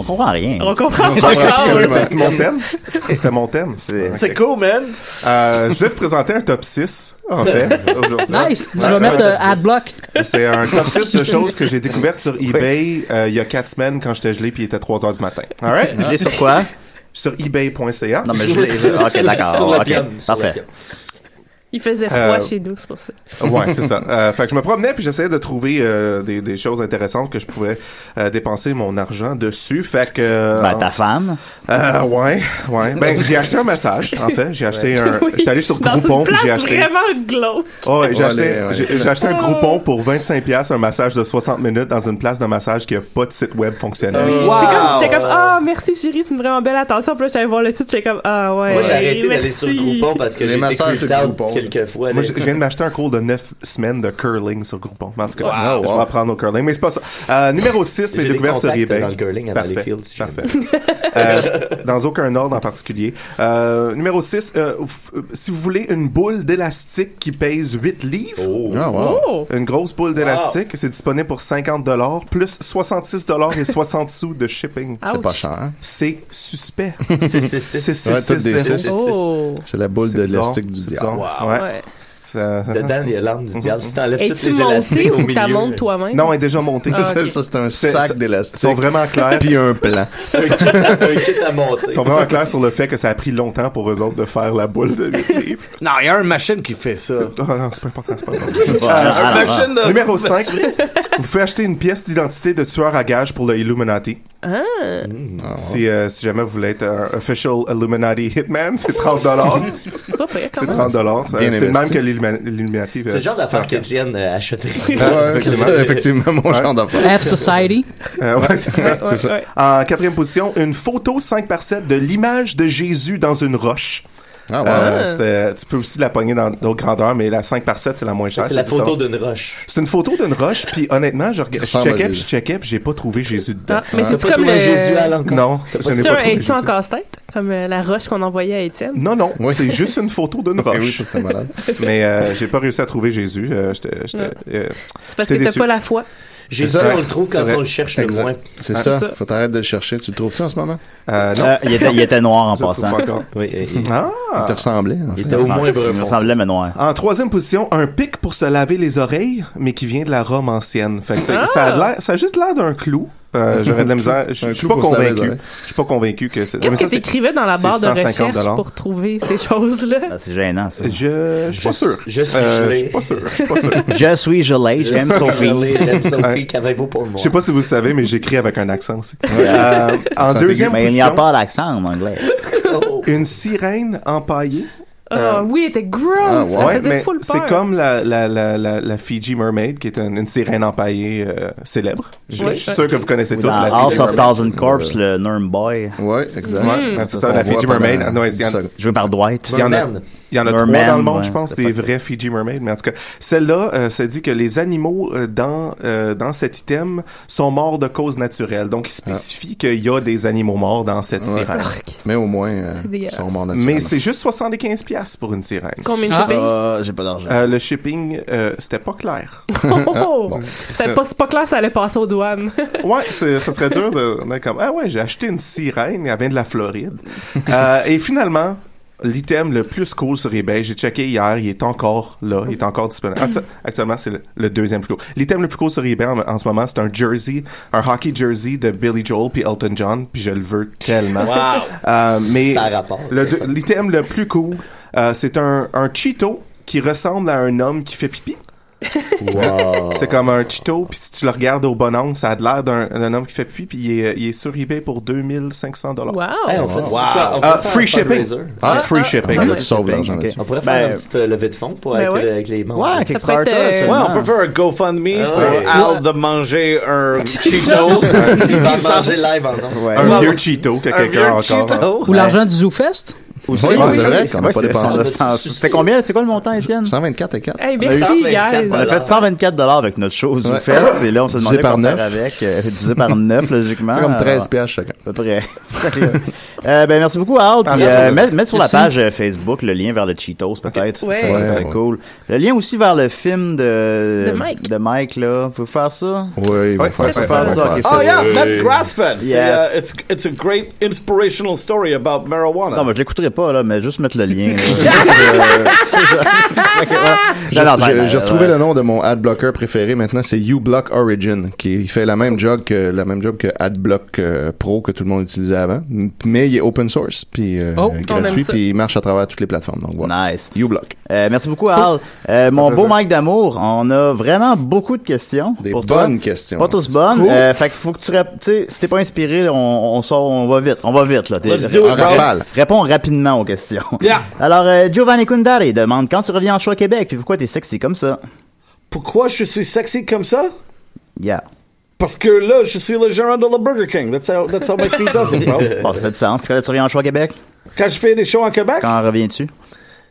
On comprend rien.
On
comprend
pas.
Ah,
Absolument.
C'était mon thème. C'était mon thème. C'est
C'est cool, man.
Euh, je voulais vous présenter un top 6, en fait, aujourd'hui.
Nice. Je
Ouais,
vais
c'est
mettre
un
euh,
top 6.
Adblock.
C'est un top 6 de choses que j'ai découvertes sur eBay euh, il y a 4 semaines quand j'étais gelé puis il était 3 heures du matin. All right?
Je l'ai sur quoi?
Sur ebay.ca.
Non, mais je l'ai- ok, d'accord, ok, parfait.
Il faisait froid
Euh,
chez nous, c'est pour ça.
Ouais, c'est ça. Euh, fait que je me promenais puis j'essayais de trouver euh, des, des choses intéressantes que je pouvais euh, dépenser mon argent dessus. Fait que euh,
Ben, ta femme.
Euh, ouais, ouais. Ben j'ai acheté un massage en fait. J'ai acheté un.
[laughs] Oui.
J'étais euh, allé sur
Dans une
Groupon puis
place
j'ai acheté.
vraiment glauque.
Oh, j'ai acheté,
Allez, ouais.
j'ai- j'ai acheté un groupon pour 25 pièces un massage de 60 minutes dans une place de massage qui a pas de site web fonctionnel.
Euh,
C'est comme, j'étais comme, ah, merci chérie, c'est une vraiment belle attention. Puis là, j'allais voir le titre, j'étais comme, ah, ouais.
Moi, j'ai arrêté d'aller
merci.
sur Groupon parce que
Les
j'ai été
massages de
creeped out
Groupon.
quelques fois.
Moi,
là.
je je viens de m'acheter un cours de 9 semaines de curling sur Groupon. En tout cas,
Wow.
je vais apprendre au curling, mais c'est pas ça. Euh, numéro 6, mes
J'ai des
découvertes sur
contacts
eBay.
dans le curling à
Parfait,
Valleyfield, si
parfait. Euh, dans aucun ordre en particulier. Euh, numéro 6, si vous voulez une boule d'élastique qui pèse 8 livres,
Ah, wow. Oh.
une grosse boule d'élastique, c'est disponible pour 50 dollars plus 66 dollars et 60 sous de shipping.
C'est pas cher. hein.
C'est
[laughs]
suspect.
C'est- c'est- c'est-
C'est
Ouais,
c'est-
toutes des
c'est-
six. Oh. C'est la boule de
bizarre,
l'élastique du
c'est
diable.
bizarre.
Wow.
Ouais.
Ouais.
Ça-
Dedans, il y a l'âme
Uh-huh.
du diable. Si t'enlèves
Es-tu
toutes les
monté
élastiques au
ou
milieu...
t'as monté
là.
toi-même.
Non, elle est déjà montée.
Ah, ok.
[laughs] Ça, c'est un
C'est-
sac
ça-
d'élastique. [laughs]
sont vraiment clairs.
Puis un plan.
Un kit- un kit à monter.
Ils sont vraiment clairs sur le fait que ça a pris longtemps pour eux autres de faire la boule de
[laughs]
huit livres.
Non, il y a une machine qui fait
[laughs]
ça.
non, c'est pas important, c'est pas
[laughs]
important.
Euh,
machine de...
Numéro 5. Vous pouvez acheter une pièce d'identité de tueur à gage pour le Illuminati.
Ah.
Hmm,
Si, euh, si jamais vous voulez être un official Illuminati hitman, c'est
[laughs]
30 dollars.
Pas pire, quand
C'est
même.
30 dollars.
Bien
C'est le
investi.
même que l'Illuma- l'Illuminati. euh,
C'est le genre d'affaire qu'Étienne euh, achèterait.
Ouais,
c'est ça, effectivement, mon genre d'affaire.
F-Society.
Euh, ouais, c'est ça.
Ouais, ouais,
C'est ça. Ah,
ouais.
En quatrième position, une photo 5 par 7 de l'image de Jésus dans une roche.
Ah,
ouais.
Euh,
Ah.
c'était- tu peux aussi la pogner dans d'autres grandeurs, mais la 5 par 7, c'est la moins chère.
C'est la
du temps.
photo d'une roche.
C'est une photo d'une roche, puis honnêtement, je, rega- je
ressemble à
checkais, puis je
Jésus.
checkais, puis j'ai pas trouvé Jésus dedans.
Ah, mais c'est comme le...
Non, je n'ai
C'est
pas
un
trouvé
es-tu
Jésus.
en casse-tête, comme euh, la roche qu'on envoyait à Étienne.
Non, non, c'est juste une photo d'une roche.
oui, ça, c'était
[laughs]
malade.
Mais euh, j'ai pas réussi à trouver Jésus. euh, j'étais, j'étais,
Ouais.
euh,
C'est parce que
j'étais
t'as
déçu.
pas la foi.
Jésus,
C'est ça.
on le trouve
C'est
quand
vrai.
on le cherche le
Exact.
moins.
C'est
Ah,
ça.
c'est ça.
Faut t'arrêter de le chercher. Tu le trouves-tu en ce moment?
Euh, non.
Euh, il, était, il était noir en
Je le trouve
passant.
pas encore.
Oui,
Ah!
Il te ressemblait. en fait.
Il me semblait, mais noir.
En troisième position, un pic pour se laver les oreilles, mais qui vient de la Rome ancienne. Fait que c'est-
Ah!
ça, a de l'air- ça a juste l'air d'un clou. Euh, J'aurais de la misère. Je
Un
je suis
clou
pas
pour se laver les
convaincu.
oreilles.
Je suis pas convaincu que c'est. mais
Qu'est-ce
ça,
que
c'est-
t'écrivais dans la
c'est
barre de
150
recherche pour trouver ces
[laughs]
choses-là?
Ah, C'est gênant, ça.
Je, je suis pas sûr.
Je suis
Euh,
gelé.
je suis pas sûr. Je suis pas sûr.
Je suis gelé,
Je
j'aime
suis
Sophie.
gelé, J'aime Sophie,
Ouais.
qu'avez-vous pour moi?
Je sais pas si vous le savez, mais j'écris avec un accent aussi.
Ouais.
Euh, en
Ça
deuxième
dégueu. Mais il n'y a
position,
pas d'accent en anglais.
Oh.
une sirène empaillée.
Ah oui, elle était
Euh, Ah,
gross!
ouais,
Elle faisait
mais
full
c'est
peur.
comme la, la, la, la, la Fiji Mermaid, qui est une, une sirène empaillée euh, célèbre. Je,
Oui.
je suis sûr que vous connaissez
Ou
toutes
dans
la
House
Fiji
of
Mermaid.
Thousand Corpse, le Norm Boy.
Ouais, exact.
Ouais, c'est ça, la Fiji Mermaid. Ah, non, il y en-
Joué par Dwight.
Il y en a, il y en a trois
Merman,
dans le monde,
ouais.
je pense, des vrais Fiji Mermaid. Mais en tout cas, celle-là, euh, ça dit que les animaux euh, dans, euh, dans cet item sont morts de cause naturelle.
Ah.
Donc, il spécifie qu'il y a des animaux morts dans
[laughs]
cette
Ouais.
Ah,
sirène.
Mais au moins, euh,
C'est
ils
dégueulasse.
sont morts naturellement.
Mais c'est juste 75$ piastres pour une sirène.
Combien de Ah. shipping?
Euh, J'ai pas d'argent.
Euh, le shipping, euh, c'était pas clair.
Oh, oh, oh.
Ça-
C'est pas, c'est pas clair, ça allait passer aux
[laughs]
douanes.
Ouais, c'est- ça serait dur de, de comme ah ouais, j'ai acheté une sirène, elle vient de la Floride.
[laughs]
Euh, et finalement, l'item le plus cool sur eBay, j'ai checké hier, il est encore là, il est encore disponible. Actu- Actuellement, c'est le, le deuxième plus cool. L'item le plus cool sur eBay en, en ce moment, c'est un jersey, un hockey jersey de Billy Joel puis Elton John, puis je le veux tellement.
Wow.
Euh, mais
Ça a rapport.
le deux- l'item le plus cool, euh, c'est un, un Cheeto qui ressemble à un homme qui fait pipi.
Wow.
C'est comme un Cheeto, puis si tu le regardes au bon angle, ça a de l'air d'un d'un homme qui fait pipi, puis il est, il est sur eBay pour 2500 dollars.
Wow!
Hey, on fait- tu sais quoi, on peut
Ah,
faire
free
un
shipping.
fundraiser.
Ah,
Ah,
free
ah,
shipping.
ah,
Là,
ouais.
tu sauves de l'argent
Ok.
là-dessus.
On pourrait faire
Ben,
une petite euh, levée de fonds pour
Ben
avec,
ouais.
le- avec les membres. [laughs]
Ouais, Kickstarter.
être, euh,
absolument.
Ouais, on peut faire un GoFundMe
Ah,
pour
ouais.
Al de manger un Cheeto.
[laughs]
Il va manger live en nombre.
Ouais.
Un vieux Cheeto que
Un
quelqu'un a
vieux
encore. hein.
Cheeto.
Ou l'argent du ZooFest.
Aussi,
Oui,
ouais,
c'est vrai qu'on n'a
ouais,
pas
c'est-
dépensé.
c'est- c'est- C'était combien? C'est quoi le montant, Étienne?
124 et 4.
ah. Hey,
On a eu-
merci, guys!
On a fait 124 dollars avec notre show
Ouais.
au fest et là on se
Divisé
demandait
par
qu'on
neuf.
faire avec euh, divisé par 9 logiquement.
[laughs] Comme 13
pièces
piastres chacun.
à peu près. [laughs] euh, ben merci beaucoup Al. Puis,
Merci.
euh, mets, mets sur la
Merci.
page euh, Facebook le lien vers le Cheetos peut-être.
Ouais.
Ça, ça serait
Ouais.
cool. Le lien aussi vers le film de
De Mike.
là. Vous pouvez faire ça.
Oui, ils vont
Ouais,
faire
ouais,
ça.
ouais,
ils vont
ouais,
faire
ouais.
ça.
Oh yeah, Matt Grassfed. C'est,
Yes.
euh, it's, it's a great inspirational story about marijuana.
Non, mais je l'écouterai pas là, mais juste mettre le lien. là.
[laughs]
Euh, [laughs] c'est ça. Ok, voilà.
J'ai-
Non, non,
j'ai-
ben,
J'ai
euh,
retrouvé
ouais.
le nom de mon adblocker préféré maintenant, c'est uBlock Origin, qui fait la même job que la même job que AdBlock euh, Pro que tout le monde utilisait avant, m- mais il est open source, puis euh,
Oh, on aime
gratuit,
ça.
puis il marche à travers toutes les plateformes. Donc voilà.
Nice.
uBlock.
merci beaucoup, Al. Euh, mon beau Mike d'amour, on a vraiment beaucoup de questions. Des
bonnes questions.
Pas tous bonnes.
Cool.
Euh, fait que faut que tu rép- tu sais, si t'es pas inspiré, on, on sort, on va vite. On va vite, là. T'es-
Let's do it,
En
bro.
rafale. Réponds rapidement aux questions. [laughs] Alors, euh, Giovanni Kundari demande, quand tu reviens en choix Québec, puis pourquoi t'es sexy comme ça?
Pourquoi je suis sexy comme ça?
Yeah.
Parce que là, je suis le gérant de la Burger King. That's how, that's how my team does it, bro.
Euh,
[laughs] Bon, ça fait du sens. Puis là, tu reviens en choix Québec?
Quand je fais des shows en Québec?
Quand reviens-tu?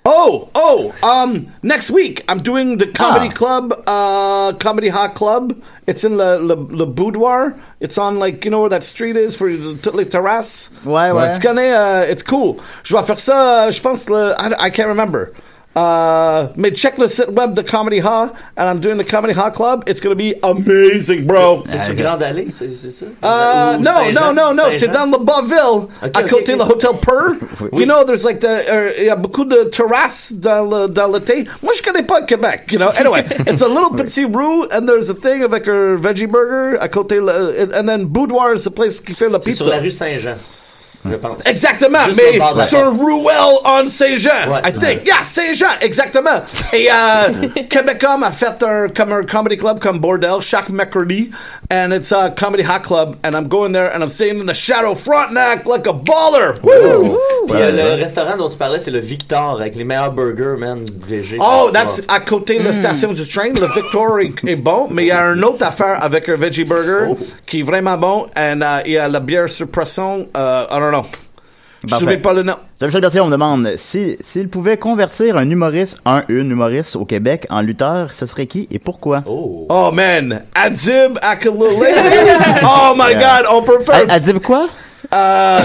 Oh, oh, um, next week I'm doing the comedy club, uh, comedy hot club. It's in the le, le boudoir. It's on like you know where that street is for the- toutes les terrasses.
Ouais, ouais.
Tu connais, euh, it's cool. Je vais faire ça. euh, Je pense le, I, I can't remember. Uh, mais check le site web de Comedy Ha, and I'm doing the Comedy Ha Club. It's gonna be amazing, bro.
C'est
Euh,
sur Grande Allée, c'est c'est ça?
Ah!
Uh,
Ou
no,
Saint-Jean-
no, no, no. C'est
Saint-Jean?
dans le Bas-Ville, à
ok,
côté
ok.
le Hotel
[laughs]
Purr.
Oui.
You know, there's like the, uh, il y a beaucoup de terrasses dans le, dans le thé. Moi, je connais pas le Québec, you know.
[laughs]
Anyway, it's a little petit roux, and there's a thing avec un veggie burger à côté, le, and then Boudoir is the place qui fait la
C'est
pizza.
sur la rue Saint-Jean, je pense.
Exactement,
Juste au bord de
mais
la
sur
porte.
Ruel on Saint-Jean,
Ouais,
I
c'est
think. Yeah, Saint-Jean, exactement. Et
[laughs]
euh, Québecom a fait un, comme un comedy club comme Bordel chaque mercredi, and it's a comedy hot club, and I'm going there and I'm staying in the shadow front and act like a baller. Woo!
Puis euh, le restaurant dont tu parlais, c'est le Victor, avec les meilleurs burgers, man, VG.
Oh,
Tu
that's
vois.
à côté de la
Mm.
station du train. Le Victor est, est bon, mais il y a un autre affaire avec un veggie burger
Oh.
qui est vraiment bon, and euh, il y a la bière suppression, euh, I don't know. Je ne
Parfait.
souviens pas le nom.
Jean-Michel Bertier, on me demande si s'il pouvait convertir un humoriste, un une humoriste au Québec en lutteur, ce serait qui et pourquoi?
Oh,
man, Adib Akalule. oh my
Yeah.
God, on peut faire.
A- Adib quoi?
Euh,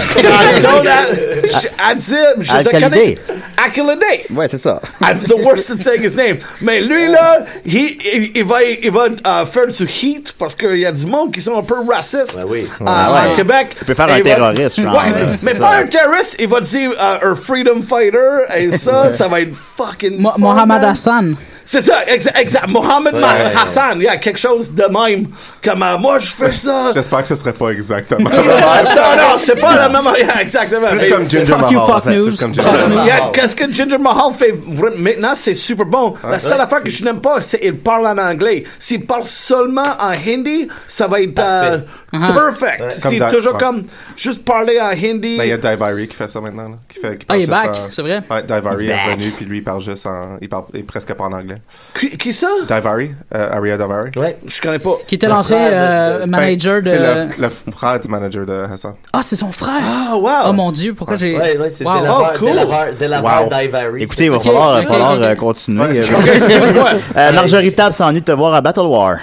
don't a- sh- [laughs] Adib, je sais
Al-Khalidé.
connais. Akalide.
Ouais, c'est ça.
I'm the worst at saying his name. Mais lui, là, he- il, il va, il va euh, faire du heat parce qu'il y a du monde qui sont un peu racistes euh,
Ouais, ouais.
en Québec.
Il peut faire
Et
un
va-
terroriste, genre,
Ouais,
là, c'est
mais
ça.
pas un terroriste, il va dire euh, un freedom fighter et ça,
Ouais.
ça va être fucking. fun,
Mohamed
man.
Hassan.
C'est ça, exact, exact. Mohamed
Ouais,
Ma-
ouais, ouais.
Hassan, il y a quelque chose de même. Comme euh, moi, je fais ça.
J'espère que ce serait pas exactement.
non, non, c'est pas la même. yeah, exactement.
Plus
Mais-
comme Ginger Fuck you, Mahal, fuck en fait, plus news. comme Ginger
Yeah,
Mahal.
yeah, Qu'est-ce que Ginger Mahal fait vra- maintenant, c'est super bon.
Ouais.
La seule affaire que je n'aime pas, c'est qu'il parle en anglais. S'il parle seulement en hindi, ça va être euh,
Uh-huh.
Parfait.
perfect.
Ouais. Comme
C'est
dans-
toujours
ouais.
comme juste parler en hindi.
Mais Ben, il y a Divari qui fait ça maintenant. Là, qui fait, qui
Ah, il est
parle
back,
juste en-
c'est vrai.
Ouais, Divari
Il est
est
back.
revenu, puis lui, il parle juste en. Il parle il est presque pas en anglais.
Qui, qui ça
Divari, euh, Aria Divari.
Ouais.
Je connais pas.
Qui était lancé, euh, manager de-
Ben, C'est le, le frère du manager de Hassan.
Ah, c'est son frère.
Ah, wow.
Oh mon Dieu, pourquoi j'ai.
Ouais, ouais, c'est
Wow.
Delaware, Delaware, Delaware Divari.
Écoutez, il va falloir, falloir,
[laughs]
euh, continuer. [laughs] Euh, Marjorie Tab s'ennuie de te voir à Battle War.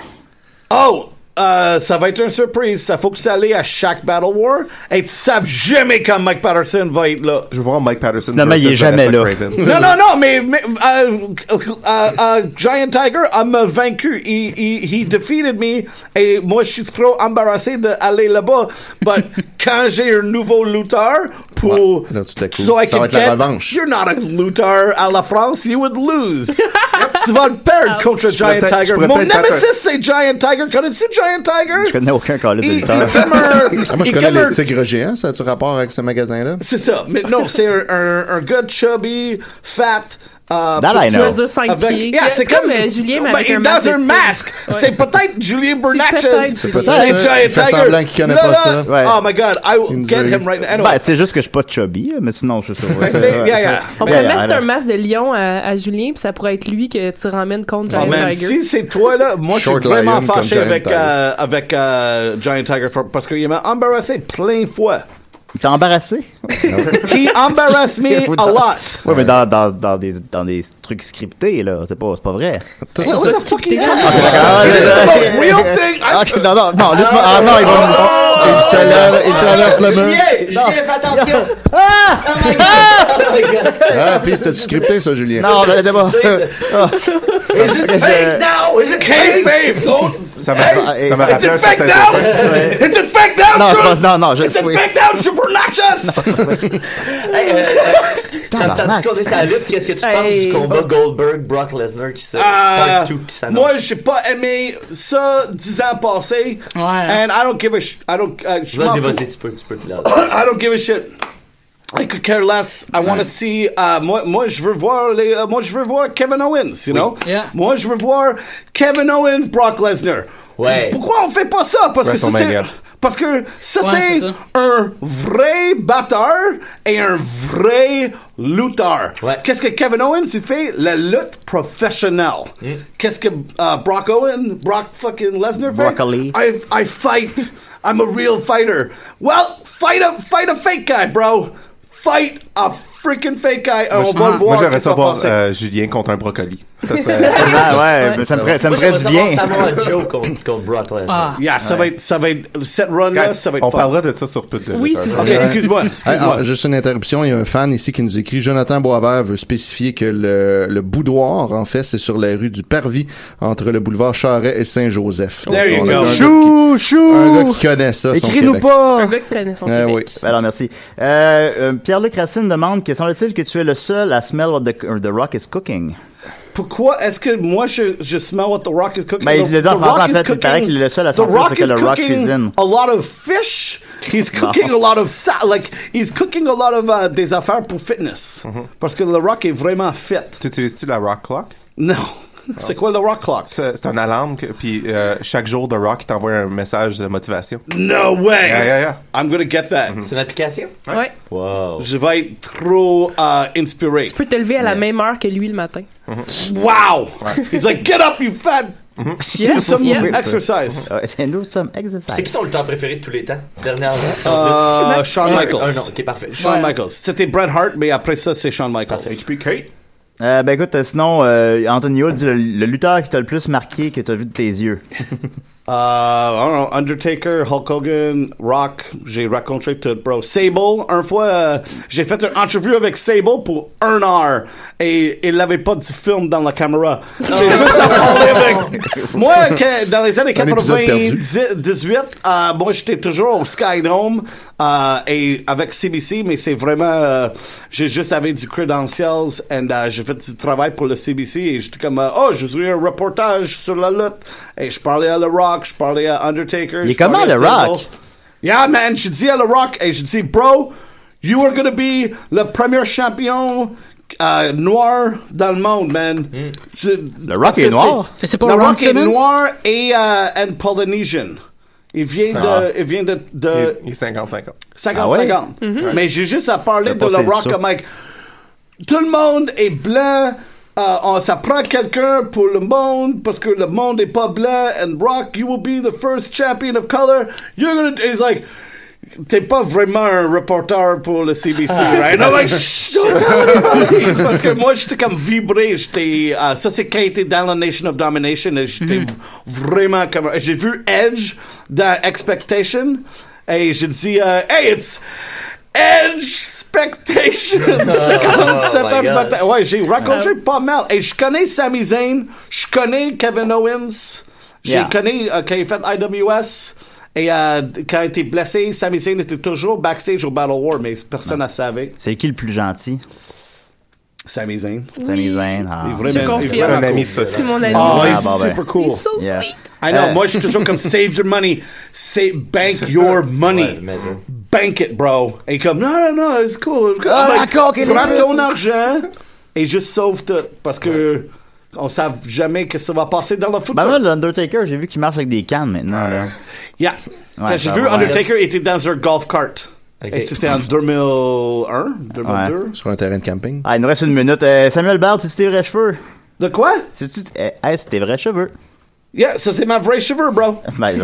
Oh, euh, ça va être une surprise. Ça faut que ça aille à chaque Battle War. Et tu sais jamais quand Mike Patterson va être là.
Je vais voir Mike Patterson.
Non, mais il est
versus
jamais
Vanessa
là.
[laughs]
Craven.
non, non, non, mais, mais, euh, euh, euh, Giant Tiger a me vaincu. Il, il, he defeated me. Et moi, je suis trop embarrassé d'aller là-bas. But [laughs] quand j'ai un nouveau lutteur pour.
Là, tout à coup,
So I
ça
can
va être la
get-
revanche.
You're not a looter à la France, you would lose. tu vas le perdre contre
Je pourrais
Giant
peut-être- je
Tiger.
pourrais
Mon
peut-être battre
nemesis, c'est Giant Tiger. Connais-tu Giant Tiger?
Je connais aucun calice de
Il-
lutteur.
il est comme un-
Ah, moi, je
il est
connais
comme
les
un-
tigres géants. Ça a-tu rapport avec ce magasin-là?
C'est ça. Mais non, c'est un, un, un gars chubby, fat. Euh,
That I
petit,
know. Tu veux dire cinq
avec-
pieds.
Yeah, c'est
C'est
comme,
comme, euh, Julien, mais
Ben,
avec
il est
un masque
dans un
de
masque.
tigre.
C'est peut-être Julien euh, Bernatchez.
peut-être C'est peut-être, Julien. hein. Il fait semblant qu'il connaît
Là,
pas
là,
ça.
Ouais.
Oh my God, I will
nous
get
a eu.
him right now.
Ben,
Anyway.
c'est juste que je suis pas chubby, mais sinon, je suis
[laughs]
sûr.
Yeah, yeah.
On
Yeah,
pourrait
yeah,
mettre
alors.
un masque de lion à, à Julien, puis ça pourrait être lui que tu ramènes contre
Oh,
Giant
man,
Tiger.
si c'est toi là, moi je suis
Short
vraiment
lion comme
fâché
Giant
avec,
Tiger.
euh, avec euh, Giant Tiger for- parce qu'il m'a embarrassé plein
[laughs]
de fois.
T'es embarrassé?
He
[laughs]
embarrassed me a lot.
Oui, mais dans, dans, dans, des, dans des trucs scriptés, là. C'est pas, c'est pas vrai.
Tout
What the fuck are you talking
Ok, d'accord.
about?
Ah,
It's
je-
the most real thing I-
Ah, Ok, non, non, non, laisse-moi- ah, non, il va nous- Il se lève,
Ah,
il traverse le mur.
Julien, Julien, fais attention!
Ah!
Oh my God! Oh my God!
Ah, puis c'était scripté, ça, Julien.
Non, mais c'est pas.
Is it fake now? Is it
Hey,
fake?
babe, don't-
Ça m'a
Hey,
ça m'a
is
rappelé
it
un
fake
certain
now?
Ouais.
Is it fake now?
Non, c'est
Drew?
pas. Non, non, je
Is it
oui.
fake now? Super noxious!
Hey, euh, euh, t'as- t'as discuté sa lutte, qu'est-ce que tu penses
Hey.
du combat Goldberg-Brock Lesnar qui se.
Oh. Ah,
Part two qui s'annonce?
moi, j'ai pas aimé ça dix ans passés. And I don't give a sh- I don't. euh, je m'en
Vas-y,
fous. [coughs]
vas-y, tu peux, tu peux te lancer.
I don't give a shit. I could care less. I want to see. euh, moi, moi, je veux voir les. euh, moi, je veux voir Kevin Owens. You know. Moi, je veux voir Kevin Owens, Brock Lesnar.
Ouais.
Pourquoi on fait pas ça Parce que ça, c'est.
WrestleMania.
Parce que ça,
Ouais, c'est
c'est
ça.
un vrai batteur et un vrai lutteur. Qu'est-ce que Kevin Owens, il fait? La lutte professionnelle. Qu'est-ce que euh, Brock Owen, Brock fucking Lesnar fait?
Broccoli.
I, I fight. I'm a real fighter. Well, fight a, fight a fake guy, bro. Fight a freaking fake guy.
Moi, je-
on va le
moi,
voir.
j'aimerais
qu'est-ce qu'on
savoir
pense.
euh, Julien contre un brocoli. Ça
[laughs]
serait-
Ah,
ouais, mais ça me ferait, ça me ferait du bien.
Joe contre, contre Brock Lesnar.
Ah. Yeah, ça va être, ça va être, cette run-là,
Guys,
ça va être
On
fun.
parlera de ça sur Put de
Oui,
Lutte.
s'il vous plaît. Ok, excuse-moi, excuse-moi.
Ah, ah, juste une interruption, il y a un fan ici qui nous écrit Jonathan Boisvert veut spécifier que le, le boudoir, en fait, c'est sur la rue du Parvis, entre le boulevard Charret et Saint-Joseph. Donc,
There you
on
go.
a un gars
Chou,
qui-
chou.
Un gars qui connaît ça, son Québec.
pas!
Ah oui.
Ben alors, merci. Euh, euh, Pierre-Luc Racine demande que semble-t-il que tu es le seul à smell what the, or the rock is cooking?
Pourquoi est-ce que moi je, je smell what the rock is cooking?
Ben, il
The-
le dit en
The
français,
Rock
en
is
fait, il
cooking-
paraît qu'il est le seul à
The
sentir ce
Rock
que
is
le Rock
cooking
cuisine.
A lot of fish.
[laughs]
He's cooking a lot of sa- like he's cooking a lot of uh, des affaires pour fitness.
Mm-hmm.
Parce que le Rock est vraiment fit.
Tu utilises-tu la Rock Clock?
Non. C'est quoi le Rock Clock?
C'est c'est une alarme, que- puis euh, chaque jour, The Rock il t'envoie un message de motivation.
No way.
Yeah, yeah, yeah. Mm-hmm.
I'm gonna get that.
C'est une application?
Ouais.
Wow.
Je vais être trop euh, inspiré.
Tu peux te lever à la même heure que lui le matin.
Wow! He's like, get up, you fat.
Yeah,
Do some
yeah.
exercise.
Ouais, do some exercise.
C'est qui ton lutteur préféré de tous les temps? Dernièrement?
Uh-huh.
Euh, Shawn Michaels.
Oh,
Un, non, ok, parfait.
Shawn Michaels. C'était Bret Hart, mais après ça, c'est Shawn Michaels. HBK.
Euh, ben écoute, euh, sinon, euh, Anthony Hood dit le, le lutteur qui t'a le plus marqué que t'as vu de tes yeux.
Uh, I don't know, Undertaker, Hulk Hogan, Rock, j'ai raconté tout, bro. Sable, un fois, euh, j'ai fait une entrevue avec Sable pour un heure et il n'avait pas du film dans
[laughs]
la caméra. J'ai juste à parler avec... Moi, que- dans les années
Un épisode perdu.
98, euh, moi, j'étais toujours au Skydome euh, et avec CBC, mais c'est vraiment... euh, j'ai juste avec du credentials and euh, j'ai fait du travail pour le CBC et j'étais comme... euh, oh, je suis un reportage sur la lutte. Et je parlais à Le Rock, je parlais à Undertaker.
Il est
je parlais
comment,
à
Le
Sable.
Rock?
Yeah, man, je dis à Le Rock et je dis, bro, you are gonna be le premier champion... euh, noir dans le monde, man. Le
Hmm. Rock est noir? Mais c'est pas
Le
Ron
Rock est
Simmons?
noir et euh, and Polynesian. Il vient
Ah.
de, il vient de, de
Il est 55 ans.
50-50.
Ah ouais? Mhm.
Mais j'ai juste à parler
T'as
de
pas
le
saisi
rock
ça.
comme like, tout le monde est blanc. euh, on, ça prend quelqu'un pour le monde parce que le monde est pas blanc. And Rock, you will be the first champion of color. You're gonna. It's like. T'es pas vraiment un reporter pour
[laughs]
le CBC, right? I'm like, shh, don't tell anybody! Parce que moi, j'étais comme vibré. J'étais, euh, ça, c'est quand il était dans la Nation of Domination. et J'étais
Mhm.
vraiment comme. J'ai vu Edge dans Expectation. Et j'ai dit, euh, hey, it's. Edge Spectation!
[laughs]
C'est comme
Oh
7
my
heures du
God.
matin. Ouais, j'ai rencontré
Euh,
pas mal. Et je connais Sami Zayn, je connais Kevin Owens, j'ai
Yeah.
connu euh, quand il fait IWS. Et euh, quand il était blessé, Sami Zayn était toujours backstage au Battle War, mais personne ne savait.
C'est qui le plus gentil?
Sami Zayn.
Sami Zayn. Ah.
Il est vraiment- Je il est confirme. vraiment C'est un ami de Sophie. C'est mon ami.
Ah,
Oh,
ah,
he's
bon, ben.
super cool. He's so
Yeah.
I know,
Euh,
moi je suis toujours comme save your money, save,
[laughs]
bank your money. bank it, bro. Et comme non, non, non, it's cool.
Ah,
I'm
d'accord, qu'il est
prends
brut.
ton argent et juste sauve tout parce que on ne sait jamais que ça va passer dans le
Ben
futur.
moi, l'Undertaker, j'ai vu qu'il marche avec des cannes maintenant. là.
Yeah. Quand J'ai
ça
vu
va.
Undertaker était dans un golf cart.
Ok.
Et c'était en 2001, 2002.
Ouais.
Sur un terrain de camping.
Ah, il nous reste une minute. Euh, Samuel Bard, c'est-tu tes vrais cheveux?
De quoi?
C'est-tu eh, hey, c'est tes vrais cheveux? [laughs]
Yeah, ça c'est ma vraie cheveux, bro.
Ben, je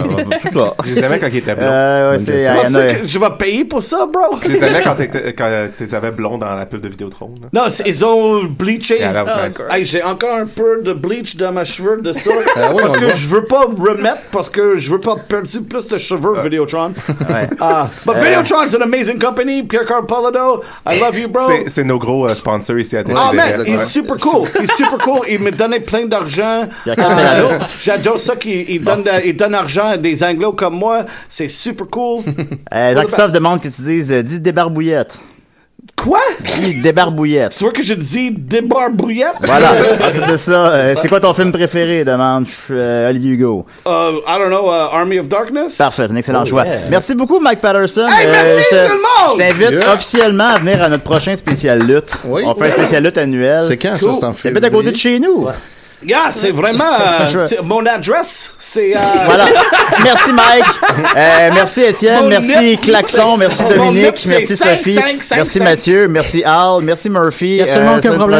[laughs]
Je les aimais quand ils étaient blonds.
Euh, ouais,
Bonne
c'est...
question.
ah, il y en a-
que je vais payer pour ça, bro.
Je les aimais
[laughs]
quand t'étais- quand t'avais blond dans la pub de Vidéotron. là.
Non, c'est- ils ont bleaché.
Yeah, that was nice.
Hey, J'ai encore un peu de bleach dans ma cheveux de ça.
Ah oui,
parce
on
que
voit.
je veux pas remettre, parce que je veux pas perdre plus de cheveux, Videotron.
Ouais.
Ah, but
Euh.
Videotron's an amazing company. Pierre Carpolino, I love you, bro.
C'est- C'est nos gros euh, sponsors ici à
Ah, man,
Décideret.
il est super cool. Il est super cool. Il me donnait plein d'argent.
Il y a quatre
Euh,
pédalos.
J'adore ça qu'il il donne, de- il donne argent à des anglos comme moi. C'est super cool.
[laughs]
[laughs]
Euh, Jacques Stoff demande que tu dises euh, 10 débarbouillettes.
Quoi?
débarbouillette.
Tu vois que je dis débarbouillette?
Voilà. Ensuite de ça, euh, c'est quoi ton film préféré? Demande euh, Olivier Hugo.
Euh, I don't know, euh, Army of Darkness?
Parfait, c'est un excellent
Oh,
choix.
yeah.
Merci beaucoup, Mike Patterson. Euh,
Hey, merci
je te-
tout le monde!
Je t'invite
Yeah.
officiellement à venir à notre prochain spécial lutte. On fait
oui.
un spécial lutte annuel.
C'est quand, ça, c'est en
C'est peut-être à côté de chez nous.
Gars, c'est vraiment.
[laughs]
euh, c'est- mon adresse, c'est. euh, [laughs]
Voilà. Merci Mike. Euh, merci Étienne.
Mon
merci
nez-
Klaxon.
c'est-
Merci
mon nez,
Dominique.
c'est
merci
cinq,
Sophie.
cinq, cinq,
merci
cinq.
Mathieu. Merci Al. Merci Murphy.
Y a absolument
Euh,
aucun
semaine
problème